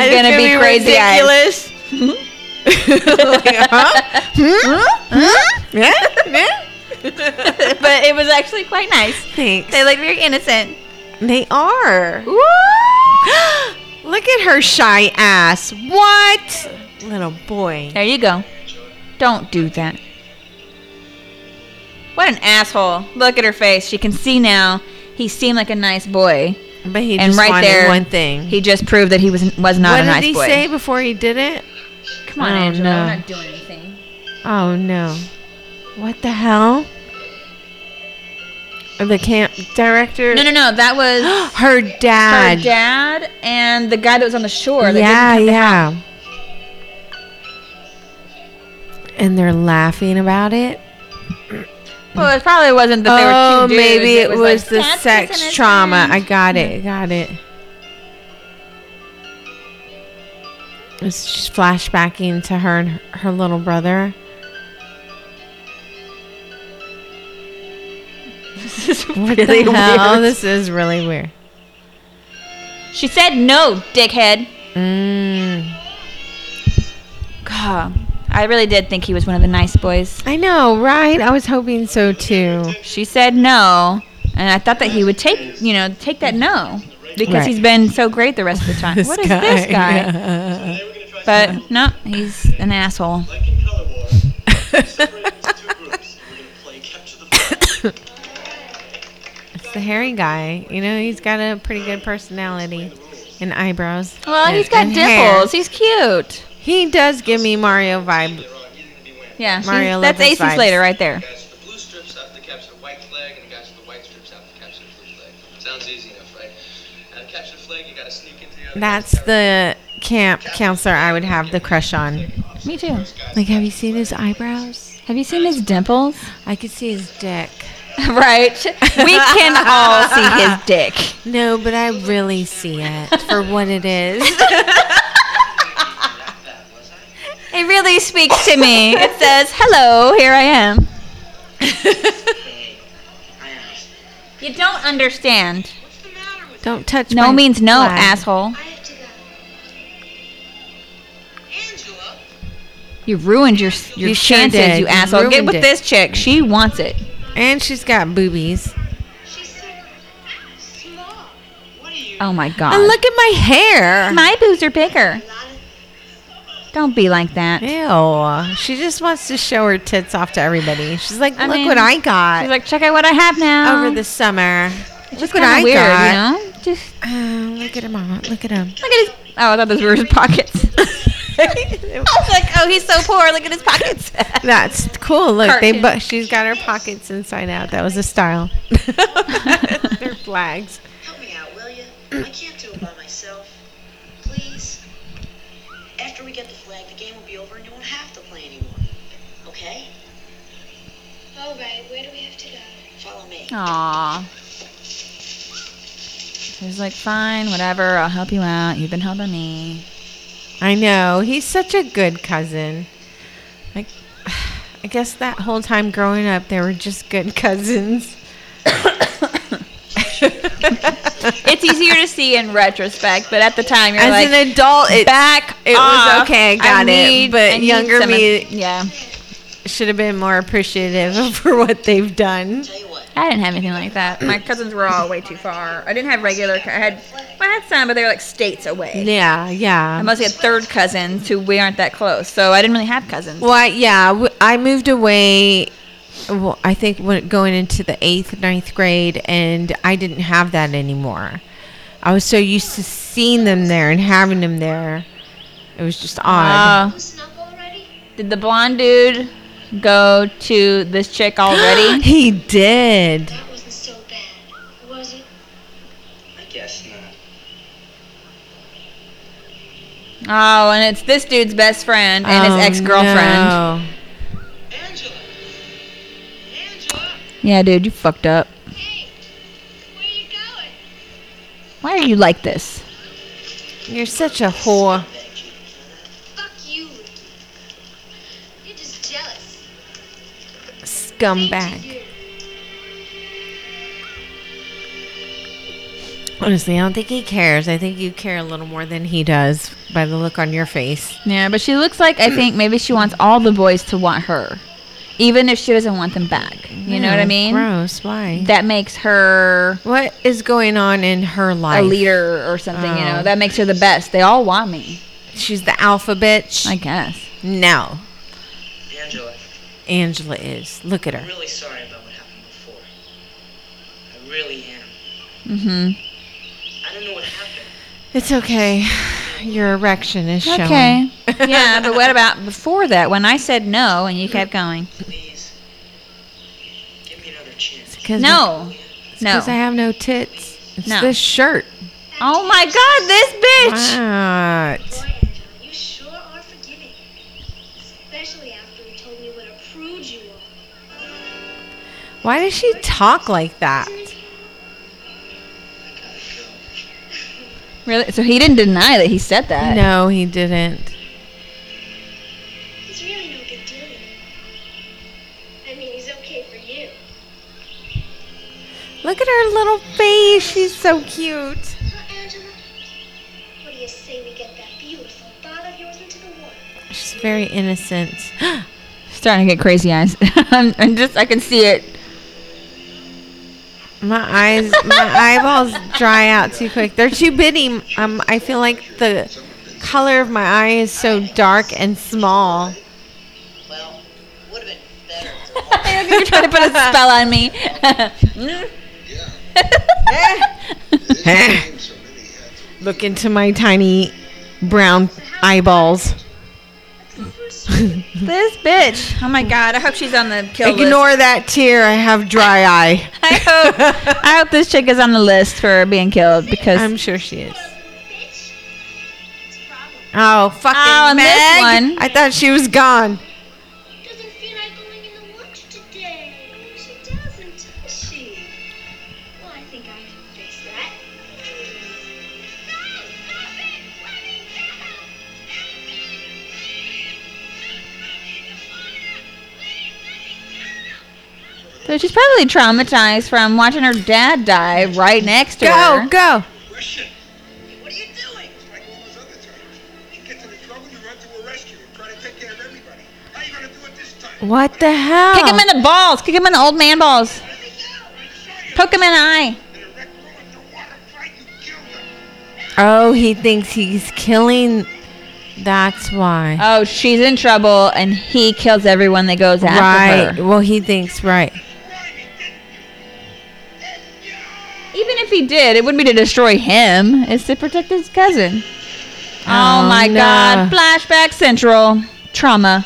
A: gonna be crazy eyes.
B: I just ridiculous. Like, huh? Hmm? Hmm? Yeah? Yeah?
A: but it was actually quite nice.
B: Thanks.
A: They look very innocent.
B: They are. Look at her shy ass. What? Little boy.
A: There you go. Don't do that. What an asshole. Look at her face. She can see now. He seemed like a nice boy.
B: But he
A: And
B: just
A: right
B: wanted
A: there,
B: one thing.
A: He just proved that he was was not
B: what
A: a
B: did
A: nice
B: he
A: boy.
B: say before he did it?
A: Come on,
B: Oh,
A: Angela.
B: no.
A: I'm not doing anything.
B: Oh no. What the hell? The camp director?
A: No, no, no. That was
B: Her dad.
A: her dad and the guy that was on the shore. That
B: yeah,
A: didn't come
B: yeah. And they're laughing about it.
A: to- Well, it probably wasn't that they
B: oh,
A: were two dudes.
B: maybe it was,
A: like,
B: the
A: "Cats is
B: sex
A: innocent."
B: trauma. I got it. Got it. It's just flashbacking to her and her her little brother.
A: this is
B: What
A: really
B: the hell?
A: weird.
B: This is really weird.
A: She said no, dickhead.
B: Mm.
A: God, I really did think he was one of the nice boys.
B: I know, right? I was hoping so too.
A: She said no, and I thought that he would take, you know, take that no because
B: Right.
A: he's been so great the rest of the time. what is this guy?
H: Today we're gonna try
A: But no, he's an asshole.
H: Like in Color War, we're separated into two groups. and We're gonna play Capture the Flag.
B: It's the hairy guy. You know, he's got a pretty good personality and eyebrows.
A: Well,
B: and-
A: he's got
B: and
A: dimples.
B: hair.
A: He's cute.
B: He does give me Mario vibe.
A: Yeah, she's-
B: Mario
A: that's
B: Lopez
A: Ace
B: vibes.
A: Slater right there.
F: The guys with the blue strips have to capture the white flag, and the guys with the white strips have to capture the blue flag. Sounds easy enough, right? Now to capture the flag, you gotta sneak into the other
B: That's
F: guy's territory.
B: the camp counselor I would have the crush on.
A: Me too.
B: Like, have you seen his eyebrows?
A: Have you seen his dimples?
B: I could see his dick.
A: right. We can all see his dick.
B: No, but I really see it for what it is.
A: It really speaks to me. It says, "Hello, here I am." You don't understand.
B: Don't touch
A: No
B: my
A: means no,
B: flag.
A: asshole.
G: I have to go.
H: Angela,
A: You ruined your your
B: You sure
A: chances,
B: did.
A: you
B: You
A: asshole. Get
B: ruined
A: with
B: it.
A: this chick. She wants it.
B: And she's got boobies.
G: She's so small.
H: what are you?
A: Oh my god.
B: And look at my hair.
A: my boobs are bigger. Don't be like that.
B: Ew. She just wants to show her tits off to everybody. She's like,
A: I
B: look
A: mean,
B: what I got
A: She's like, check out what I have now.
B: over the summer.
A: It's
B: Look what
A: kinda
B: I
A: weird,
B: got.
A: You know? Just
B: Oh, look at him, Mama. Look at him.
A: look at his. Oh, I thought those were his pockets. I was like, oh, he's so poor. Look at his pockets.
B: That's cool. Look, they
A: Cartoon.
B: bu- she's got her pockets inside out. That was a style. They're flags.
C: Help me out, will you? I can't do it by myself. Please. After we get the flag, the game will be over and you won't have to play anymore. Okay?
G: All right, where do we have to go?
C: Follow me.
G: Oh.
A: Aw. He's like, fine, whatever. I'll help you out. You've been helping me.
B: I know. He's such a good cousin. Like, I guess that whole time growing up, they were just good cousins.
A: it's easier to see in retrospect, but at the time you're
B: As
A: like,
B: an adult, it
A: back.
B: it was
A: off.
B: okay, I got it, but
A: I need
B: younger
A: some-
B: me-
A: yeah.
B: should have been more appreciative for what they've done.
C: Tell you what,
A: I didn't have anything like that. My cousins were all way too far. I didn't have regular. cou- I had, well, I had some, but they were like states away.
B: Yeah, yeah.
A: I mostly had third cousins who we aren't that close, so I didn't really have cousins.
B: Well, I- yeah, w- I moved away. Well, I think when going into the eighth, ninth grade, and I didn't have that anymore. I was so used to seeing them there and having them there. It was just odd.
A: Uh,
G: Loosen up already?
A: did the blonde dude go to this chick already?
B: he did.
G: That wasn't so bad, was it?
C: I guess not.
A: oh, and it's this dude's best friend and
B: Oh,
A: his ex girlfriend.
B: no.
H: Angela! Angela!
A: Yeah, dude, you fucked up.
G: Hey, where you going?
A: Why are you like this?
B: You're such a whore.
G: Fuck you, Ricky. You're just jealous. Thank
B: Scumbag.
G: you.
B: Honestly, I don't think he cares. I think you care a little more than he does by the look on your face.
A: Yeah, but she looks like I think maybe she wants all the boys to want her, even if she doesn't want them back. You know what I
B: Ew,
A: mean?
B: Mm, Gross. Why?
A: That makes her
B: what is going on in her life?
A: a leader or something. You know,
B: Oh.
A: that makes her the best. They all want me,
B: She's the alpha bitch.
A: I guess.
B: no,
C: Angela,
B: Angela is. Look at
C: I'm
B: her.
C: really sorry about what happened before. I really am.
A: hmm
C: I don't know what happened.
B: It's okay. Your erection is showing.
A: Okay. yeah, but what about before that? When I said no and you kept going.
C: Please, give me another chance.
B: Cause
A: No. No.
B: Because I have no tits. It's
A: No.
B: this shirt.
A: Oh my god, this bitch!
B: What?
G: Boy, Angela, you sure are forgiving. Especially after you told me what a prude you are.
B: Why does she talk like that?
C: I gotta go.
A: Really? So he didn't deny that he said that.
B: No, he didn't.
G: He's really no good dude. I mean, he's okay for you.
B: Look at her little face. She's so cute.
G: Huh, Angela? What do you say we get that beautiful thought of yours into the water?
B: She's very innocent.
A: Starting to get crazy eyes. I'm, I'm just, I can see it.
B: my eyes, my eyeballs dry out too quick. They're too bitty. Um, I feel like the color of my eye is so dark and small.
C: Well, would have been better. if there wasn't.
A: You're trying to put a spell on me.
B: Look into my tiny brown eyeballs.
A: this bitch. Oh my god. I hope she's on the kill list.
B: Ignore that tear. I have dry eye.
A: I hope, I hope this chick is on the list for being killed because.
B: I'm sure she is.
G: Bitch. It's a problem.
B: Oh, fucking
A: Oh, and this
B: Meg.
A: one.
B: I thought she was gone.
G: Doesn't feel like going in the water today. She doesn't, does she? Well, I think I can fix that.
A: so she's probably traumatized from watching her dad die right next to her.
B: Go, go.
E: Russian. What are you doing? It's like all those other times. You get into trouble, you run to a rescue and try to take care of everybody. How you gonna do it this time?
B: What the hell?
A: Kick him in the balls. Kick him in the old man balls.
E: Let me go. I saw you.
A: Poke him in the eye.
E: In a wreck room underwater fight, you killed them.
B: oh, he thinks he's killing. That's why.
A: Oh, she's in trouble, and he kills everyone that goes after
B: right.
A: her.
B: Well, he thinks right.
E: Riley, didn't you? Didn't you?
A: Even if he did, it wouldn't be to destroy him. It's to protect his cousin. Oh,
B: Oh,
A: my
B: no.
A: God! Flashback Central trauma.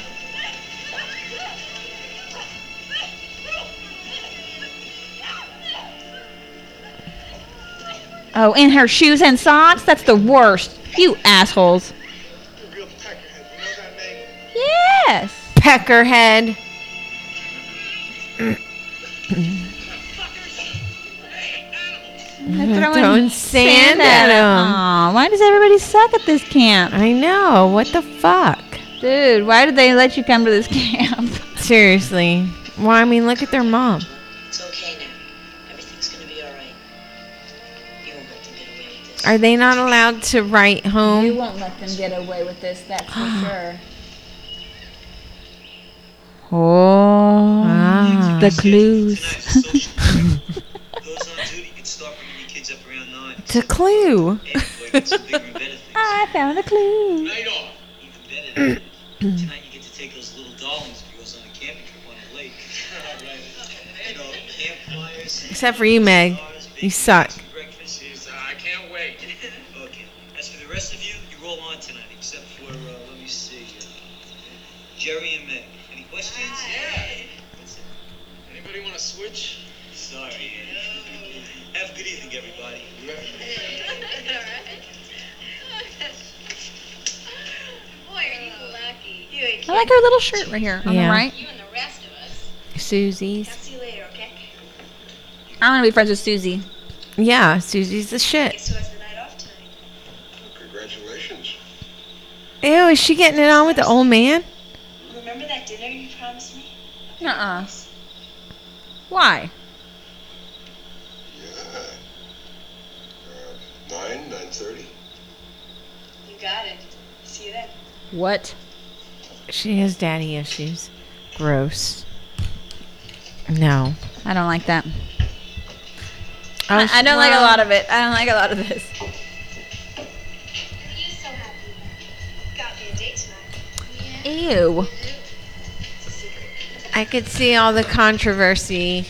A: Oh, and her shoes and socks. That's the worst. You assholes.
E: You're a real peckerhead. You know that, Meg?
A: Yes.
B: Peckerhead.
A: They're throwing,
B: throwing sand at him.
A: Aw, why does everybody suck at this camp?
B: I know. What the fuck?
A: Dude, why did they let you come to this camp?
B: Seriously. Well, I mean, look at their mom.
C: It's okay now. Everything's gonna be alright.
B: Are they not allowed to write
A: You
B: home?
A: won't let them get away with this, that's for sure.
B: Oh, wow.
A: The clues.
H: Those on duty can start bringing your kids up around nine.
B: it's a clue.
H: Anyway, get some bigger and better things.
A: I found a clue.
H: Night off. Even better than that. Tonight you get to take those little darlings of yours on a camping trip on the lake. right. You know, campfires.
B: Except for you, Meg. You suck.
H: Breakfast is. uh, I can't wait. okay. As for the rest of you, you roll on tonight, except for, uh, let me see, uh, Jerry and Meg. Any questions? Yeah. That's it. Anybody want to switch? Sorry. uh, Have a good evening, everybody.
D: Boy, are you lucky.
G: You ain't
A: I like her little shirt right here on
B: Yeah.
A: the right.
D: You and the rest of us.
B: Susie's.
G: see you later, okay?
A: I want to be friends with Susie.
B: Yeah, Susie's the shit.
G: Guess who has the night off tonight?
E: Congratulations.
B: Ew, is she getting it on with the old man?
G: Remember that dinner you promised me?
A: Nuh-uh. Why?
E: Yeah. Uh, nine, nine thirty.
G: You got it. See you then.
A: What?
B: She has daddy issues. Gross. No.
A: I don't like that. I, I don't like a lot of it. I don't like a lot of this.
G: You so happy Got me a date tonight.
A: Ew.
G: It's a secret.
B: I could see all the controversy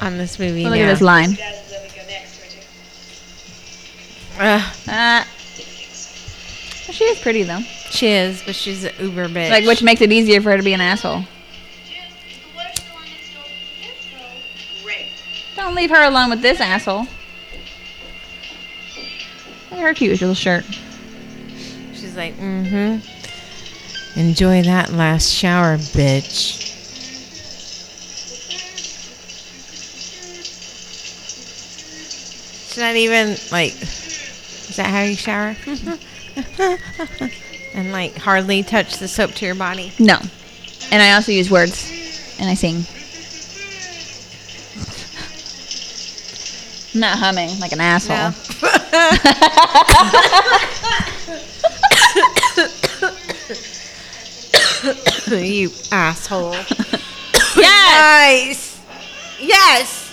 B: on this movie
A: Look
B: now.
A: at this line.
G: guys will let me go next, would you?
B: Ugh,
A: Uh, she is pretty though.
B: she is, but she's an uber bitch.
A: Like, which makes it easier for her to be an asshole.
G: Jim, is the water still on next door? Let's go. Great.
A: Don't leave her alone with this asshole. Look at her cute little shirt.
B: she's like, mm-hmm. Enjoy that last shower, bitch. She's not even like, is that how you shower? and like hardly touch the soap to your body.
A: No. And I also use words. And I sing. I'm not humming like an asshole.
B: No. you asshole.
A: Yes!
B: Nice. Yes.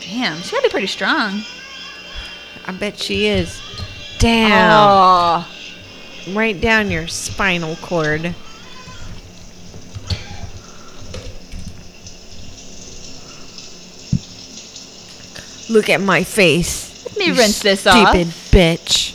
A: Damn, she gotta be pretty strong.
B: I bet she is. Damn.
A: Oh.
B: Right down your spinal cord. Look at my face.
A: Let me
B: you
A: rinse this off.
B: stupid bitch.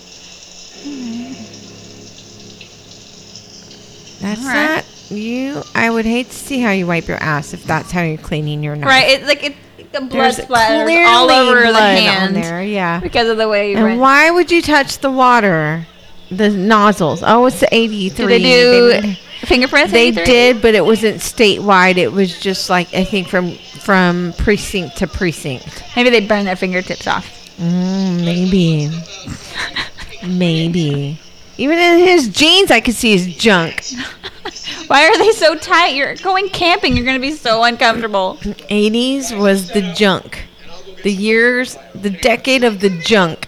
B: That's
A: All right.
B: not you. I would hate to see how you wipe your ass if that's how you're cleaning your knife.
A: Right, it's like it, the blood
B: There's
A: splatters
B: clearly
A: all over the
B: blood on
A: hand
B: there. Yeah.
A: because of the way you
B: And
A: rinse.
B: why would you touch the water? The nozzles. Oh, it's the 83.
A: Do they do fingerprints?
B: They
A: maybe three?
B: did, but it wasn't statewide. It was just like I think from from precinct to precinct.
A: Maybe they burn their fingertips off.
B: Mm, maybe. maybe. Even in his jeans, I could see his junk.
A: Why are they so tight? You're going camping. You're gonna be so uncomfortable.
B: 80s was the junk. The years, the decade of the junk.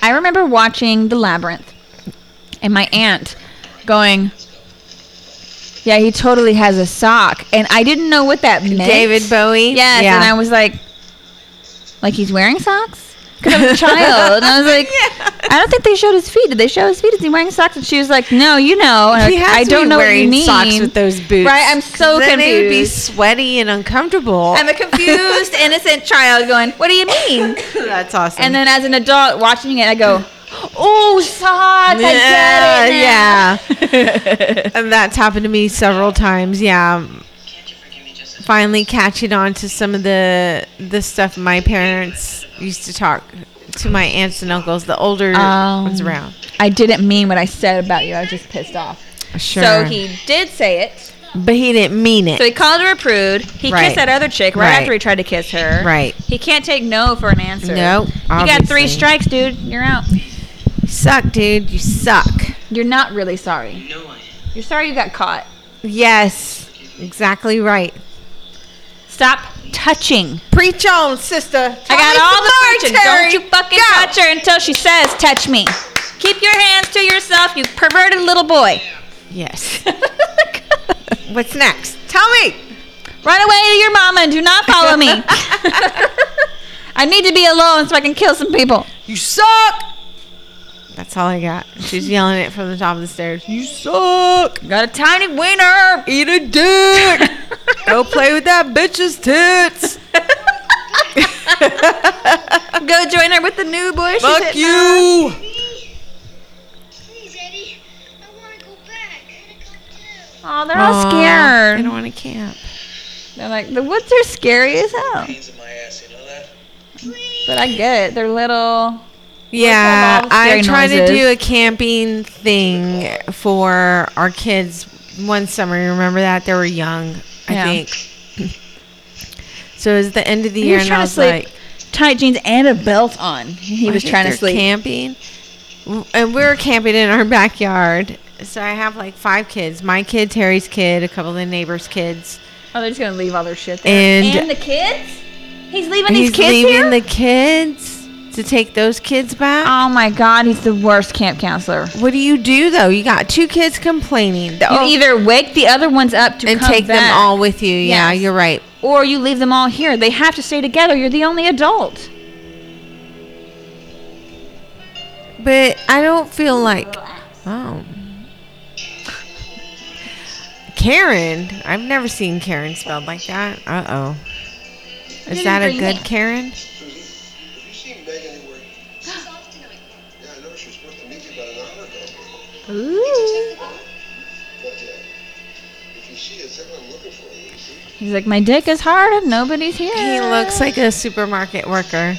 A: I remember watching The Labyrinth, and my aunt going, "Yeah, he totally has a sock," and I didn't know what that meant.
B: David Bowie.
A: Yes,
B: Yeah.
A: and I was like, like he's wearing socks? Because I'm a child. and I was like, I don't think they showed his feet. Did they show his feet? Is he wearing socks? And she was like, No, you know. And I, was
B: He
A: like,
B: has
A: I
B: to
A: don't
B: be
A: know
B: wearing
A: what you mean.
B: socks with those boots.
A: Right, I'm so
B: then They would be
A: confused.
B: sweaty and uncomfortable.
A: I'm a confused, innocent child going, What do you mean?
B: That's awesome.
A: And then as an adult watching it, I go, Oh, socks. I
B: Yeah,
A: get it. Yeah.
B: and that's happened to me several times. Yeah,
C: Can't you forgive me just as
B: finally catching on to some of the the stuff my parents used to talk to my aunts and uncles. The older
A: Um,
B: ones around.
A: I didn't mean what I said about you. I was just pissed off.
B: Sure,
A: So he did say it.
B: but he didn't mean it.
A: So he called her a prude. He
B: Right.
A: kissed that other chick right,
B: Right.
A: after he tried to kiss her.
B: Right.
A: He can't take no for an answer.
B: No,
A: You got three
B: obviously.
A: strikes, dude. You're out.
B: You suck, dude. You suck.
A: You're not really sorry.
H: No, I
A: You're sorry you got caught.
B: Yes, exactly right.
A: Stop touching.
B: Preach on, sister.
A: I got
B: Tommy's
A: all the
B: word,
A: touching. Don't
B: Terry.
A: you fucking
B: Go.
A: touch her until she says, touch me. Keep your hands to yourself, you perverted little boy.
B: Yes. What's next? Tell me.
A: Run away to your mama and do not follow me. I need to be alone so I can kill some people.
B: You suck. That's all I got. She's yelling it from the top of the stairs. You suck.
A: Got a tiny wiener.
B: Eat a dick. Go play with that bitch's tits.
A: Go join her with the new boy. She's
B: Fuck
A: hitting
B: you.
G: Me? Please, Eddie. I want to go back. I gotta come too.
A: on. Aw, they're all
B: Aw,
A: scared.
B: They don't want to camp.
A: They're like, the woods are scary as hell.
H: Pains in my ass, you know that?
A: But I get it. They're little.
B: Yeah,
A: Look at all the
B: I'm
A: scary
B: trying to
A: noises.
B: do a camping thing for our kids one summer. You Remember that they were young, I
A: Yeah.
B: think. so it was the end of the
A: He
B: year,
A: was
B: and
A: trying
B: I
A: to
B: was
A: sleep.
B: like,
A: Tight jeans and a belt on. He
B: "Why
A: was
B: did
A: trying to
B: they're
A: sleep.
B: camping, W- and we were camping in our backyard. So I have like five kids: my kid, Terry's kid, a couple of the neighbors' kids,
A: Oh, they're just gonna leave all their shit there.
B: and,
A: And, the kids? He's leaving
B: he's
A: these kids
B: leaving
A: here?
B: the kids to take those kids back.
A: oh my god, he's the worst camp counselor.
B: what do you do though? You got two kids complaining. The-
A: You
B: oh,
A: either wake the other ones up to
B: and
A: come
B: take
A: back,
B: them all with you. Yeah,
A: Yes.
B: you're right.
A: or you leave them all here. They have to stay together. You're the only adult.
B: But I don't feel like oh. Karen, I've never seen Karen spelled like that. Uh oh, is that a good Karen?
E: Susan, have you seen Meg anywhere?
D: She's off tonight.
E: Yeah, I know she was supposed to meet you about an hour ago.
A: Ooh.
E: But uh, if you see her, tell her I'm looking for her. You see?
A: He's like, my dick is hard and nobody's here.
B: He looks like a supermarket worker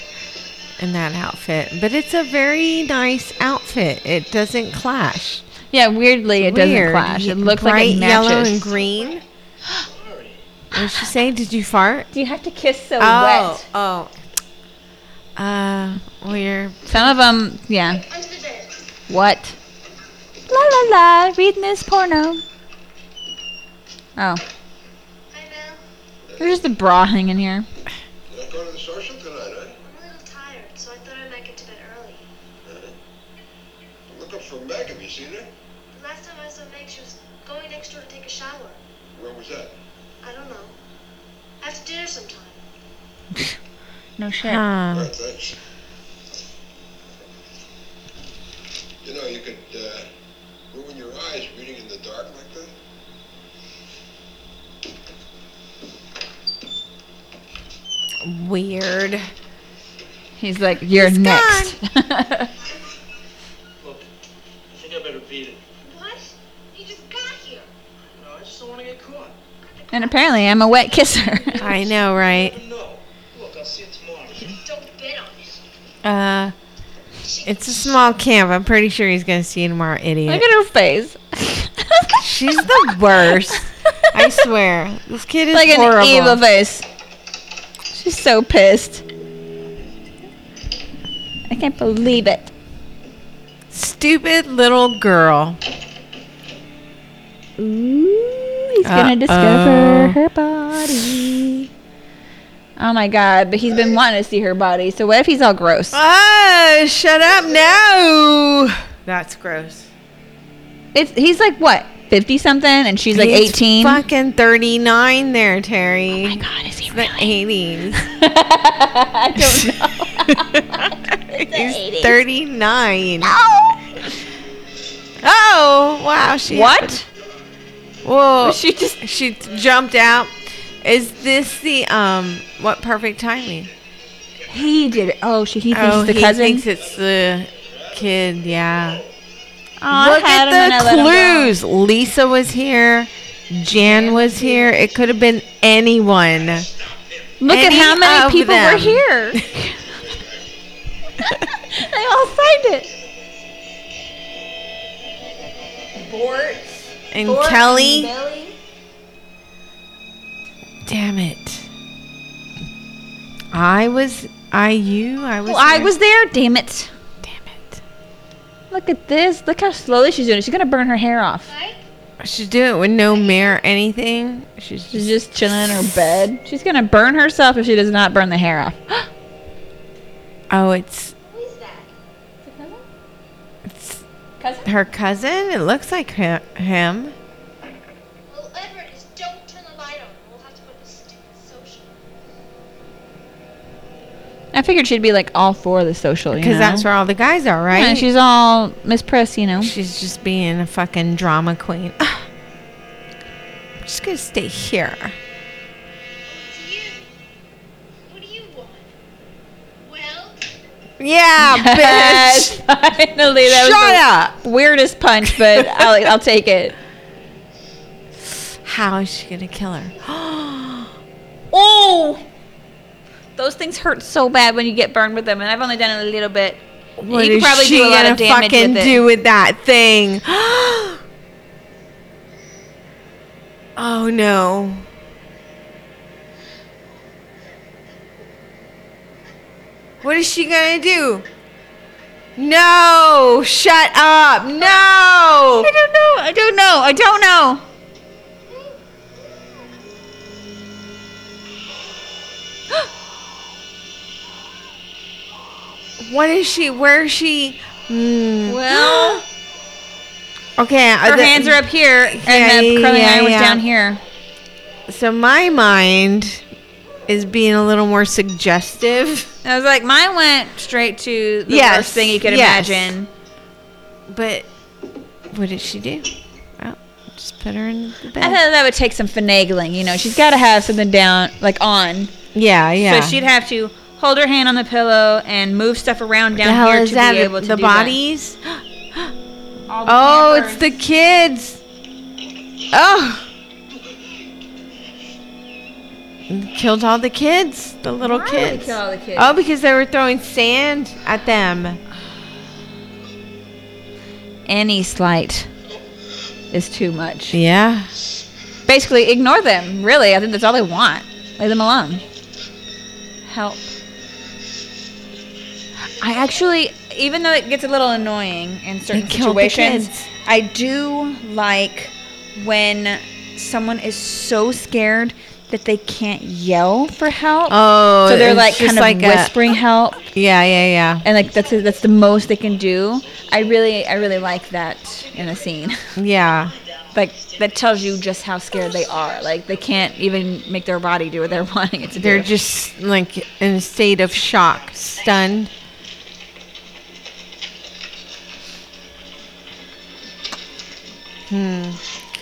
B: in that outfit, but it's a very nice outfit. It doesn't clash.
A: yeah. Weirdly, it doesn't
B: Weird.
A: clash. It looks like
B: Bright
A: it matches.
B: yellow and green. What did she say? Did you fart?
A: Do you have to kiss so
B: Oh, oh. Uh, we're
A: wet? Some of them, yeah.
G: Under the bed.
A: What? La la la. Reading this porno. Oh,
G: Hi, Mel.
A: there's just a bra hanging here.
E: You're not going to the social tonight, huh?
G: I'm a little tired, so I thought I might get to bed early.
E: I'm looking for Meg. Have you seen her?
G: The last time I saw Meg, she was going next door to take a shower.
E: Where was that?
G: I don't know. After dinner sometime.
A: No shit.
E: All
B: um,
E: right, thanks. You know, you could uh, ruin your eyes reading in the dark like that.
B: weird.
A: He's like, you're
B: He's
A: next.
H: Look, I think I better beat it.
G: What? You just got here.
H: No, I just don't want to get caught.
A: and apparently, I'm a wet kisser.
B: I know, right?
H: No. Look, I'll see you tomorrow.
G: Don't bet on it.
B: Uh, it's a small camp. I'm pretty sure he's gonna see you tomorrow,
A: Look
B: idiot.
A: at her face.
B: She's the worst. I swear, this kid is
A: like
B: horrible.
A: an evil face. She's so pissed. I can't believe it.
B: Stupid little girl.
A: Ooh, he's gonna discover
B: Uh-oh.
A: her body. Oh my god, but he's been wanting to see her body. So what if he's all gross?
B: Ah, shut up now. That's gross.
A: It's he's like what, fifty something, and she's like
B: He's
A: eighteen.
B: Fucking 39 there, Terry.
A: Oh my god, is he
B: the
A: really?
B: 80s.
A: I don't know.
B: He's 39. Oh, wow. She
A: what?
B: Whoa.
A: She just
B: She t- jumped out. Is this the um what perfect timing?
A: he did it. Oh, she he thinks
B: oh,
A: it's the
B: he
A: cousin.
B: thinks it's the kid. Yeah.
A: oh, I
B: Look
A: had him and I
B: at
A: let him go.
B: the clues. Lisa was here. Jan was here. It could have been anyone.
A: Look at
B: Any
A: how many
B: of
A: people were
B: them.
A: here. they all signed it.
B: And Kelly. Damn it. I was I you I was
A: Well, I
B: here.
A: was there. Damn it.
B: damn it.
A: Look at this. Look how slowly she's doing it. She's gonna burn her hair off.
G: Right?
B: She's doing it with no mirror, anything. She's just,
A: She's just chilling in her bed. She's gonna burn herself if she does not burn the hair off.
B: oh, it's it's
A: Cousin?
B: her cousin. It looks like hi- him.
G: Well, Everett is don't turn the light on. We'll have to go to the stupid social.
A: I figured she'd be like all for the social, you know.
B: Because that's where all the guys are, right?
A: Yeah, she's all Miss Press, you know.
B: She's just being a fucking drama queen. I'm just gonna stay here.
G: Oh, it's you. What do you want? Well,
B: Yeah, bitch.
A: Yes, Finally, that was the
B: Shut up.
A: weirdest punch, but I'll, I'll take it.
B: How is she gonna kill her?
A: Oh, those things hurt so bad when you get burned with them, and I've only done it a little bit.
B: What
A: you can
B: is
A: probably
B: she
A: do a lot
B: gonna
A: of damage
B: fucking
A: with it.
B: do with that thing? oh no. What is she gonna do? No! Shut up! No!
A: I don't know. I don't know. I don't know.
B: What is she? Where is she? Mm.
A: Well,
B: okay.
A: her hands are up here,
B: Yeah,
A: and the curling
B: yeah,
A: iron was
B: yeah.
A: down here.
B: So my mind is being a little more suggestive.
A: I was like, mine went straight to the
B: Yes,
A: worst thing you could
B: yes.
A: imagine.
B: But what did she do? Well, just put her in the
A: I
B: bed.
A: thought that would take some finagling. You know, she's got to have something down, like on.
B: Yeah, yeah.
A: So she'd have to hold her hand on the pillow and move stuff around
B: the
A: down
B: hell
A: here
B: is
A: to
B: that?
A: be able to
B: the
A: do that. Oh,
B: bodies?
A: All the
B: Oh, it's
A: pampers.
B: the kids. Oh. Killed all the kids, the little
A: Why would they
B: kids.
A: kill all the kids?
B: Oh, because they were throwing sand at them.
A: any slight is too much.
B: Yeah.
A: Basically, ignore them. Really, I think that's all they want. Leave them alone. Help. I actually, even though it gets a little annoying in certain
B: They killed the
A: situations,
B: kids.
A: I do like when someone is so scared that they can't yell for help.
B: Oh,
A: so they're
B: it's
A: like
B: just
A: kind of
B: like a-
A: whispering help,
B: Yeah, yeah, yeah.
A: and like that's that's the most they can do. I really, I really like that in a scene.
B: Yeah.
A: like that tells you just how scared they are. Like they can't even make their body do what they're wanting it to
B: They're
A: do.
B: just like in a state of shock, stunned. Hmm.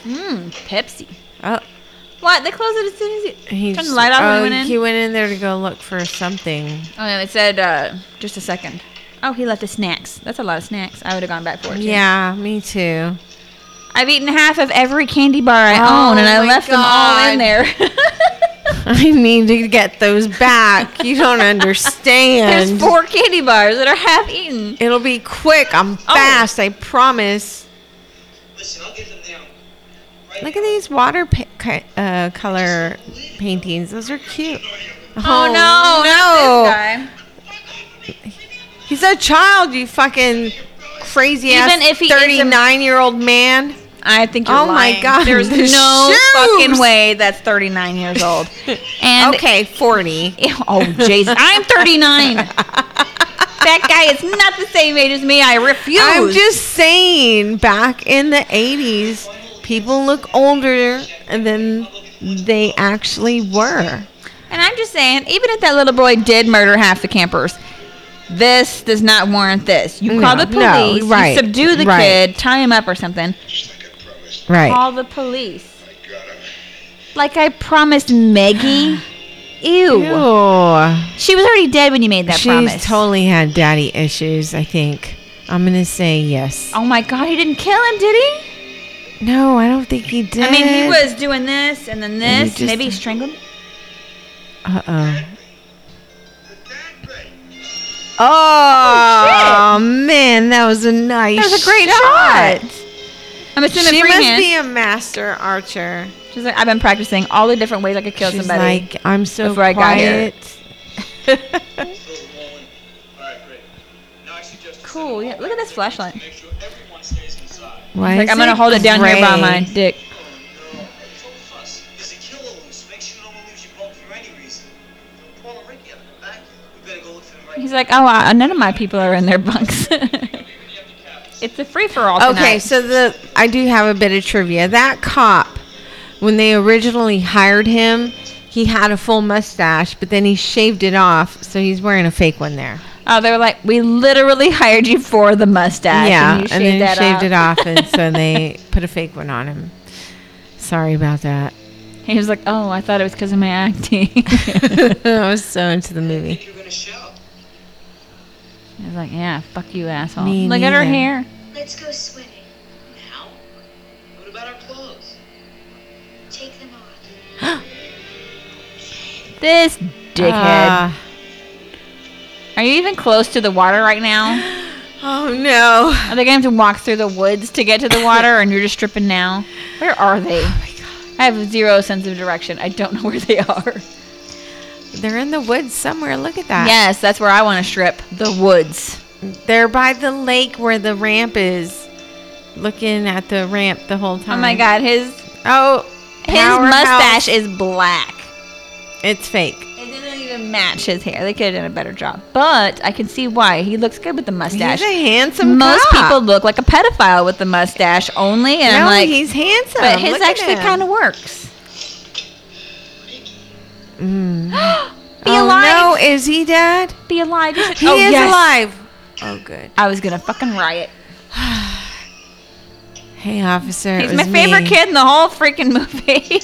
A: mm, Pepsi.
B: Oh,
A: What? They closed it as soon as you
B: he
A: turned the
B: just-
A: light off when
B: oh,
A: we went
B: He
A: in.
B: went in there to go look for something.
A: Oh yeah, they said uh, just a second. Oh, he left the snacks. That's a lot of snacks. I would have gone back for it. too.
B: Yeah, me too.
A: I've eaten half of every candy bar I
B: Oh,
A: own, and I
B: my
A: left them all in
B: God.
A: there.
B: I need to get those back. You don't
A: There's
B: understand.
A: four candy bars that are half eaten.
B: It'll be quick. I'm
A: Oh.
B: fast. I promise.
H: Listen, I'll give them down. Right
B: Look at these water pa- ki- uh, color paintings. Those are cute. Oh,
A: no,
B: no.
A: This guy.
B: He's a child, you fucking crazy
A: Even
B: ass
A: if he is a-
B: 39 year old man.
A: I think you're
B: Oh my
A: lying.
B: God,
A: There's
B: the
A: no
B: shoes.
A: fucking way that's 39 years old. And
B: okay, 40.
A: Ew, Oh, Jesus. I'm 39. that guy is not the same age as me. I refuse.
B: I'm just saying, back in the 80s, people look older than they actually were.
A: and I'm just saying, even if that little boy did murder half the campers, this does not warrant this. You call
B: No,
A: the
B: no,
A: police,
B: right,
A: you subdue the
B: right.
A: kid, tie him up or something.
E: Just like I promised.
B: Right.
A: Call the police.
E: My God, I'm
A: Like I promised Maggie. Ew.
B: Ew.
A: She was already dead when you made that
B: She's
A: promise.
B: totally had daddy issues, I think. I'm going to say yes.
A: oh my God, he didn't kill him, did he?
B: No, I don't think he did.
A: I mean, he was doing this and then
B: And he
A: this.
B: just-
A: Maybe he strangled him.
B: Uh oh.
E: that bad.
B: Oh, man, that was a nice.
A: That was a great I'm assuming
B: She must
A: freehand.
B: be a master archer.
A: She's like, I've been practicing all the different ways I could kill
B: She's
A: somebody.
B: like, I'm so
A: before I got here.
B: quiet.
H: through the wall and- All right, great. Now I suggest
A: Cool, yeah, look at this flashlight.
H: Make sure everyone stays inside.
B: Why
A: Like
B: is
A: I'm gonna
B: it
A: hold it down here by
B: gray?
A: my dick.
H: no. It's all fuss. There's a killer loose. Make sure no one leaves your boat for any reason. Paul and Ricky have it back. We better go look for them right
A: He's like, oh, I, none of my people are in their bunks. it's a free for all.
B: Okay, so the I do have a bit of trivia. That cop, when they originally hired him, he had a full mustache, but then he shaved it off, so he's wearing a fake one there.
A: oh, they were like, we literally hired you for the mustache.
B: yeah,
A: and, you shaved
B: and, then
A: that
B: shaved
A: off.
B: it off, and so they put a fake one on him. Sorry about that.
A: He was like, oh, I thought it was because of my acting. I
B: I was so into the movie.
H: You're gonna shout.
A: was like, yeah, fuck you, asshole.
B: Me
A: Look at her
B: neither.
A: hair.
G: Let's go swimming.
H: Now? What about our clothes?
G: Take them off.
A: This dickhead.
B: Uh,
A: Are you even close to the water right now?
B: oh no.
A: Are they going to have to walk through the woods to get to the water, and you're just stripping now? Where are they?
B: Oh
A: I have zero sense of direction. I don't know where they are.
B: They're in the woods somewhere. Look at that.
A: Yes, that's where I want to strip. The woods.
B: They're by the lake where the ramp is. Looking at the ramp the whole time.
A: Oh my god, his
B: Oh,
A: his
B: powerhouse.
A: mustache is black.
B: It's fake.
A: It didn't even match his hair. They could have done a better job. But I can see why. He looks good with the mustache.
B: He's a handsome
A: Most
B: cop.
A: people look like a pedophile with the mustache only, and I'm
B: No,
A: like,
B: he's handsome.
A: but his
B: Look at
A: actually
B: him.
A: kind of works. Be
B: Mm. oh,
A: alive.
B: No, is he dead?
A: Be alive. You should-
B: He
A: oh,
B: is
A: yes.
B: alive. Oh, good.
A: I was gonna fucking riot.
B: Hey, officer.
A: He's my favorite kid in the whole freaking movie.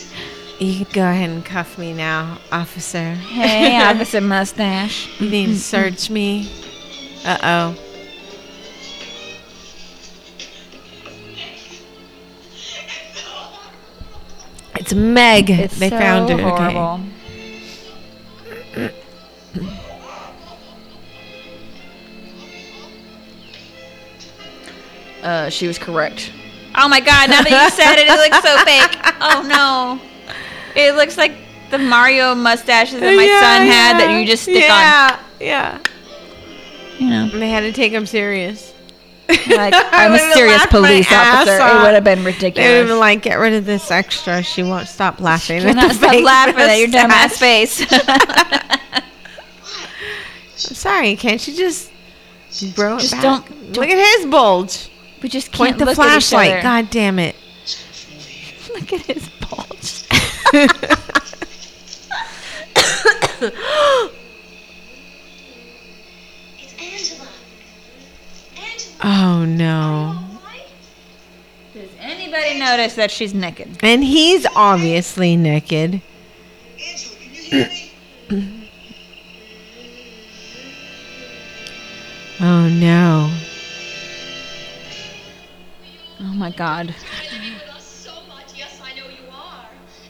B: You can go ahead and cuff me now, officer.
A: hey, officer mustache.
B: you need to search me. Uh oh. It's Meg.
A: It's
B: they
A: so
B: found her.
A: horrible. Uh, she was correct. Oh my god! Now that you said it, it looks so fake. Oh no! It looks like the Mario mustaches that
B: Okay.
A: my
B: Yeah,
A: son had
B: yeah,
A: that you just stick
B: yeah, Yeah.
A: on. You know,
B: And they had to take him serious.
A: like
B: I
A: I'm a
B: would've
A: serious
B: laughed my
A: police
B: ass
A: officer. It
B: off.
A: would have been
B: They would have
A: ridiculous.
B: been like, get rid of this extra. She won't stop laughing. at
A: Cannot
B: the
A: stop
B: fake
A: laughing at your dumbass face.
B: mustache." I'm sorry, can't you just bro it
A: Just
B: back?
A: don't-
B: look at his bulge.
A: we just
B: Point
A: can't
B: the
A: look at
B: flashlight.
A: each other.
B: God damn it.
A: Look at his bulge.
G: It's Angela. Angela,
B: oh no.
G: all right?
A: Does anybody notice that she's naked?
B: And he's obviously naked.
H: Angela, can you hear me?
B: Oh no.
A: Oh my god.
D: You're living with us so much. Yes, I know you are.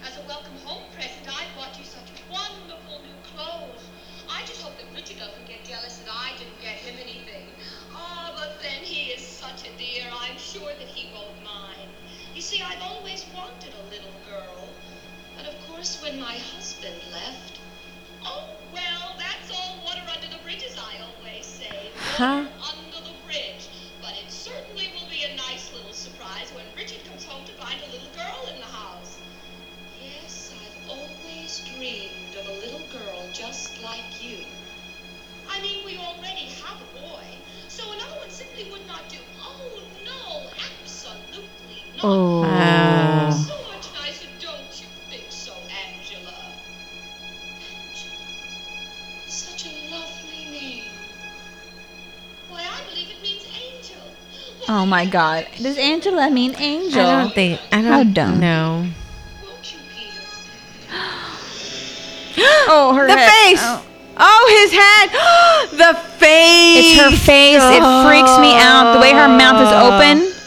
D: As a welcome home present, I bought you such wonderful new clothes. I just hope that Richard doesn't get jealous that I didn't get him anything. Ah, but then he is such a dear. I'm sure that he won't mind. You see, I've always wanted a little girl. But of course, when my husband left. Oh, well, that's all water under the bridge, as I always say. Water under the bridge. But it certainly will be a nice little surprise when Richard comes home to find a little girl in the house. Yes, I've always dreamed of a little girl just like you. I mean, we already have a boy, so another one simply would not do. Oh, no, absolutely not.
B: Oh.
D: So much nicer, don't you think so, Angela? Angela. Such a lovely name. Why, I believe it means angel.
A: Oh my god. Does Angela mean
B: I
A: angel?
B: don't think I
A: How
B: don't
A: dumb.
B: know.
D: Won't you, Peter?
A: oh, her
B: The
A: head.
B: face.
A: Oh.
B: Oh. his head. the face. Oh.
A: It's her face. It freaks me out. The way her mouth is open.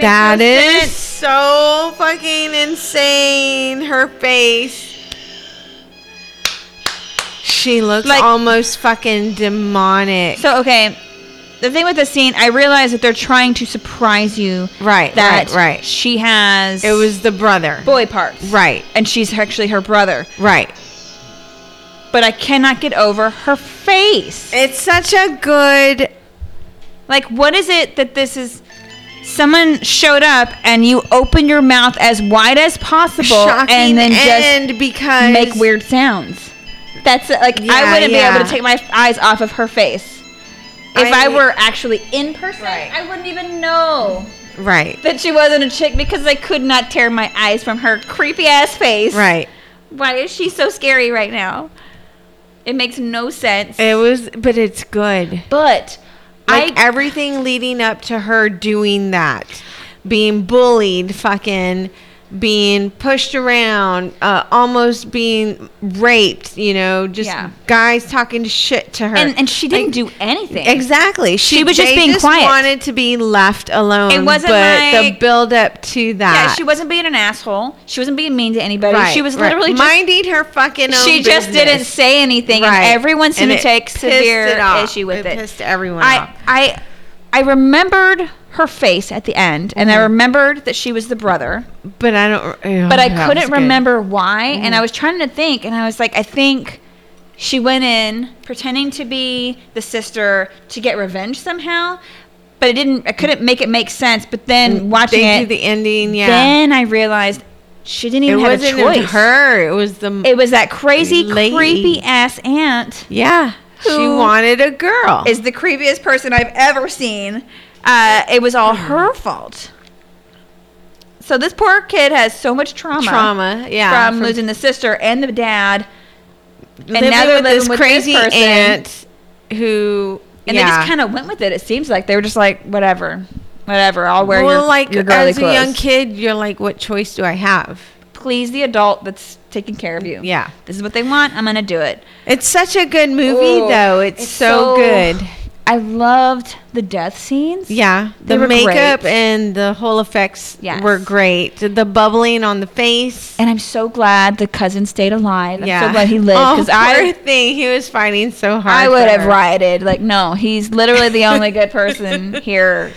B: That is so fucking insane. Her face. She looks
A: Like-
B: almost fucking demonic.
A: So, okay. The thing with the scene, I realize that they're trying to surprise you
B: right,
A: that
B: right, right.
A: she has
B: It was the brother.
A: boy parts.
B: Right,
A: And she's actually her brother.
B: right.
A: But I cannot get over her face.
B: It's such a good
A: Like, what is it that this is? Someone showed up and you open your mouth as wide as possible
B: Shocking
A: and then just
B: end because
A: make weird sounds. That's it. like
B: Yeah,
A: I wouldn't be
B: yeah.
A: able to take my f- eyes off of her face. If
B: I-
A: I, were actually in person,
B: Right.
A: I wouldn't even know
B: Right.
A: that she wasn't a chick because I could not tear my eyes from her creepy ass face.
B: Right.
A: Why is she so scary right now? It makes no sense.
B: It was, but it's good.
A: but
B: Like
A: I
B: everything leading up to her doing that, being bullied, fucking being pushed around, uh, almost being raped. You know, just
A: Yeah.
B: guys talking shit to her.
A: and, and she didn't do anything.
B: Exactly. She,
A: was just
B: they
A: being quiet.
B: Wanted to be left alone.
A: It wasn't
B: but the
A: like-
B: build up to that.
A: Yeah, she wasn't being an asshole. She wasn't being mean to anybody.
B: Right,
A: she was
B: right.
A: literally just
B: minding her fucking. Own
A: she just didn't
B: business.
A: say anything,
B: Right.
A: and everyone seemed
B: And
A: to
B: it
A: take
B: pissed
A: severe
B: it off.
A: issue with it.
B: Pissed everyone
A: I,
B: off.
A: I, I remembered her face at the end, and
B: Mm-hmm.
A: I remembered that she was the brother,
B: But I don't. oh,
A: but I
B: that was
A: couldn't
B: good. Mm.
A: remember why. And I was trying to think, and I was like, I think she went in pretending to be the sister to get revenge somehow. But it didn't. I couldn't make it make sense. But then watching
B: Mm, They
A: it,
B: do the ending. Yeah.
A: then I realized she didn't
B: it
A: even have
B: wasn't
A: a choice.
B: even her. It was the.
A: It was that crazy,
B: Lady.
A: creepy ass aunt.
B: yeah. She
A: who
B: wanted a girl.
A: Is the creepiest person I've ever seen. Uh, it was all her fault. So this poor kid has so much trauma,
B: trauma. Yeah.
A: from, losing the sister and the dad, and
B: living
A: now they're
B: with
A: living
B: this
A: with
B: crazy
A: this person,
B: aunt who.
A: and
B: yeah.
A: they just kind of went with it. It seems like they were just like, whatever, whatever. I'll wear
B: well,
A: your
B: like
A: your girly
B: as a young
A: clothes.
B: kid, you're like, what choice do I have?
A: Please the adult that's taking care of you.
B: Yeah.
A: this is what they want. I'm gonna do it.
B: It's such a good movie,
A: Ooh,
B: though. It's, so, good.
A: I loved the death scenes.
B: Yeah,
A: They
B: the
A: were
B: makeup
A: great.
B: and the whole effects
A: Yes.
B: were great. The bubbling on the face.
A: And I'm so glad the cousin stayed alive. I'm
B: yeah,
A: so glad he lived because
B: oh,
A: I
B: poor thing. He was fighting so hard.
A: I would
B: for
A: have
B: her.
A: rioted. Like, no, he's literally the only good person here.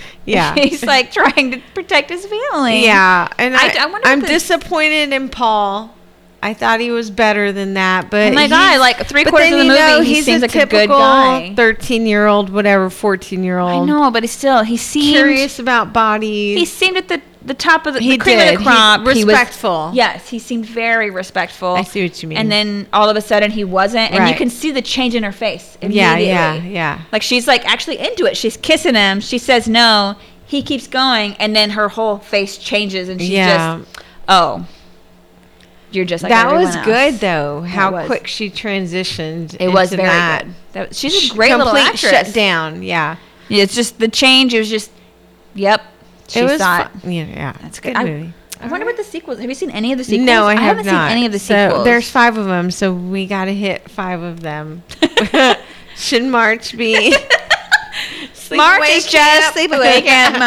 B: Yeah.
A: he's like trying to protect his family.
B: Yeah, and
A: I-
B: I,
A: I
B: I,
A: wonder
B: am
A: if this-
B: disappointed in Paul. I thought he was better than that, but
A: Oh my
B: he's-
A: God, like, three
B: but
A: quarters
B: then
A: of the
B: you know
A: movie, he
B: he's
A: seems
B: a
A: like a good
B: typical
A: guy.
B: Thirteen-year-old, whatever, fourteen-year-old.
A: I know, but he still he seemed
B: Curious about bodies.
A: he seemed at the the top of the,
B: He
A: the cream
B: did.
A: of
B: He-
A: the crop. He was-
B: respectful.
A: yes, he seemed very respectful.
B: I see what you mean.
A: And then all of a sudden he wasn't, and you
B: Right.
A: can see the change in her face.
B: yeah,
A: Immediately.
B: yeah, yeah.
A: Like she's like actually into it. She's kissing him. She says no. He keeps going, and then her whole face changes, and she's
B: Yeah.
A: just, oh, you're just like
B: that was
A: everyone else."
B: good though. How
A: was.
B: quick she transitioned.
A: It was very
B: that.
A: good. That was, she's
B: Sh-
A: a great little
B: complete
A: actress.
B: Shut down. Yeah,
A: Yeah, It's just the change. It was just, yep. She
B: it was.
A: saw it.
B: fu- Yeah, yeah.
A: That's a
B: That's a
A: good
B: good
A: I-
B: movie.
A: I wonder what the sequels. Have you seen any of the sequels?
B: No, I, have
A: haven't
B: not.
A: seen any of the
B: So,
A: sequels.
B: there's five of them, so we got to hit five of them. Should March be?
A: March is
B: Sleepaway
A: just
B: camp.
A: sleepaway camp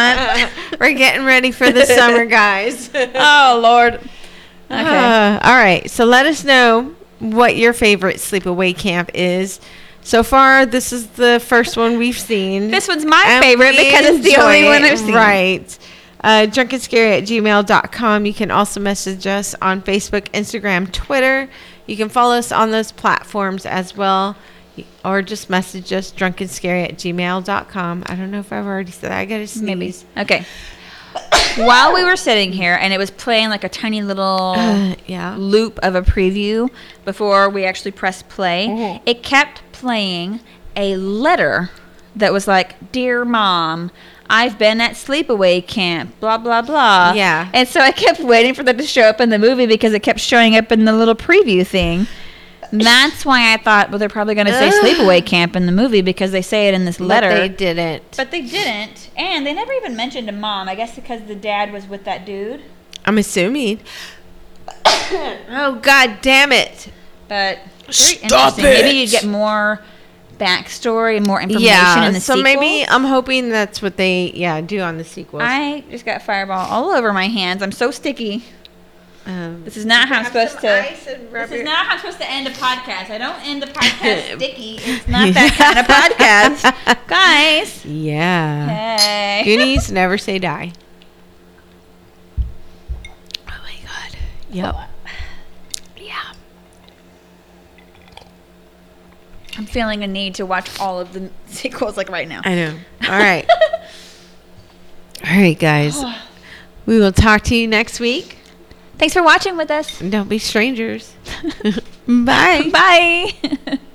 A: month.
B: We're getting ready for the summer, guys.
A: oh Lord. Okay.
B: Uh, all right. So let us know what your favorite sleepaway camp is. So far, this is the first one we've seen.
A: This one's my
B: And
A: favorite
B: we
A: because it's the only
B: enjoy
A: one
B: it.
A: I've seen.
B: Right. Uh, drunkandscary at gmail.com. You can also message us on Facebook, Instagram, Twitter. You can follow us on those platforms as well. y- Or just message us drunkandscary at gmail.com. I don't know if I've already said that. I got to sneeze.
A: Maybe. Okay. While we were sitting here and it was playing like a tiny little
B: yeah.
A: loop of a preview before we actually pressed play,
B: Mm-hmm.
A: it kept playing a letter that was like, Dear mom, I've been at sleepaway camp, blah, blah, blah.
B: Yeah.
A: And so I kept waiting for that to show up in the movie because it kept showing up in the little preview thing. And That's why I thought, well, they're probably going to say sleepaway camp in the movie because they say it in this letter.
B: But they didn't.
A: But they didn't, and they never even mentioned a mom. I guess because the dad was with that dude.
B: I'm assuming. oh God, damn it!
A: But very interesting. Maybe you get more backstory and more information in the
B: so
A: sequel.
B: maybe I'm hoping that's what they yeah do on the sequel.
A: I just got fireball all over my hands. I'm so sticky.
B: um,
A: This is not how I'm supposed to. This is
B: to.
A: not how I'm supposed to end a podcast. I don't end a podcast sticky. It's not that kind of podcast, guys.
B: Yeah.
A: Hey.
B: Goonies never say die. Oh my God. Yep.
A: I'm feeling a need to watch all of the sequels like right now.
B: I know. All right. All right, guys. We will talk to you next week.
A: Thanks for watching with us.
B: And Don't be strangers. Bye.
A: Bye.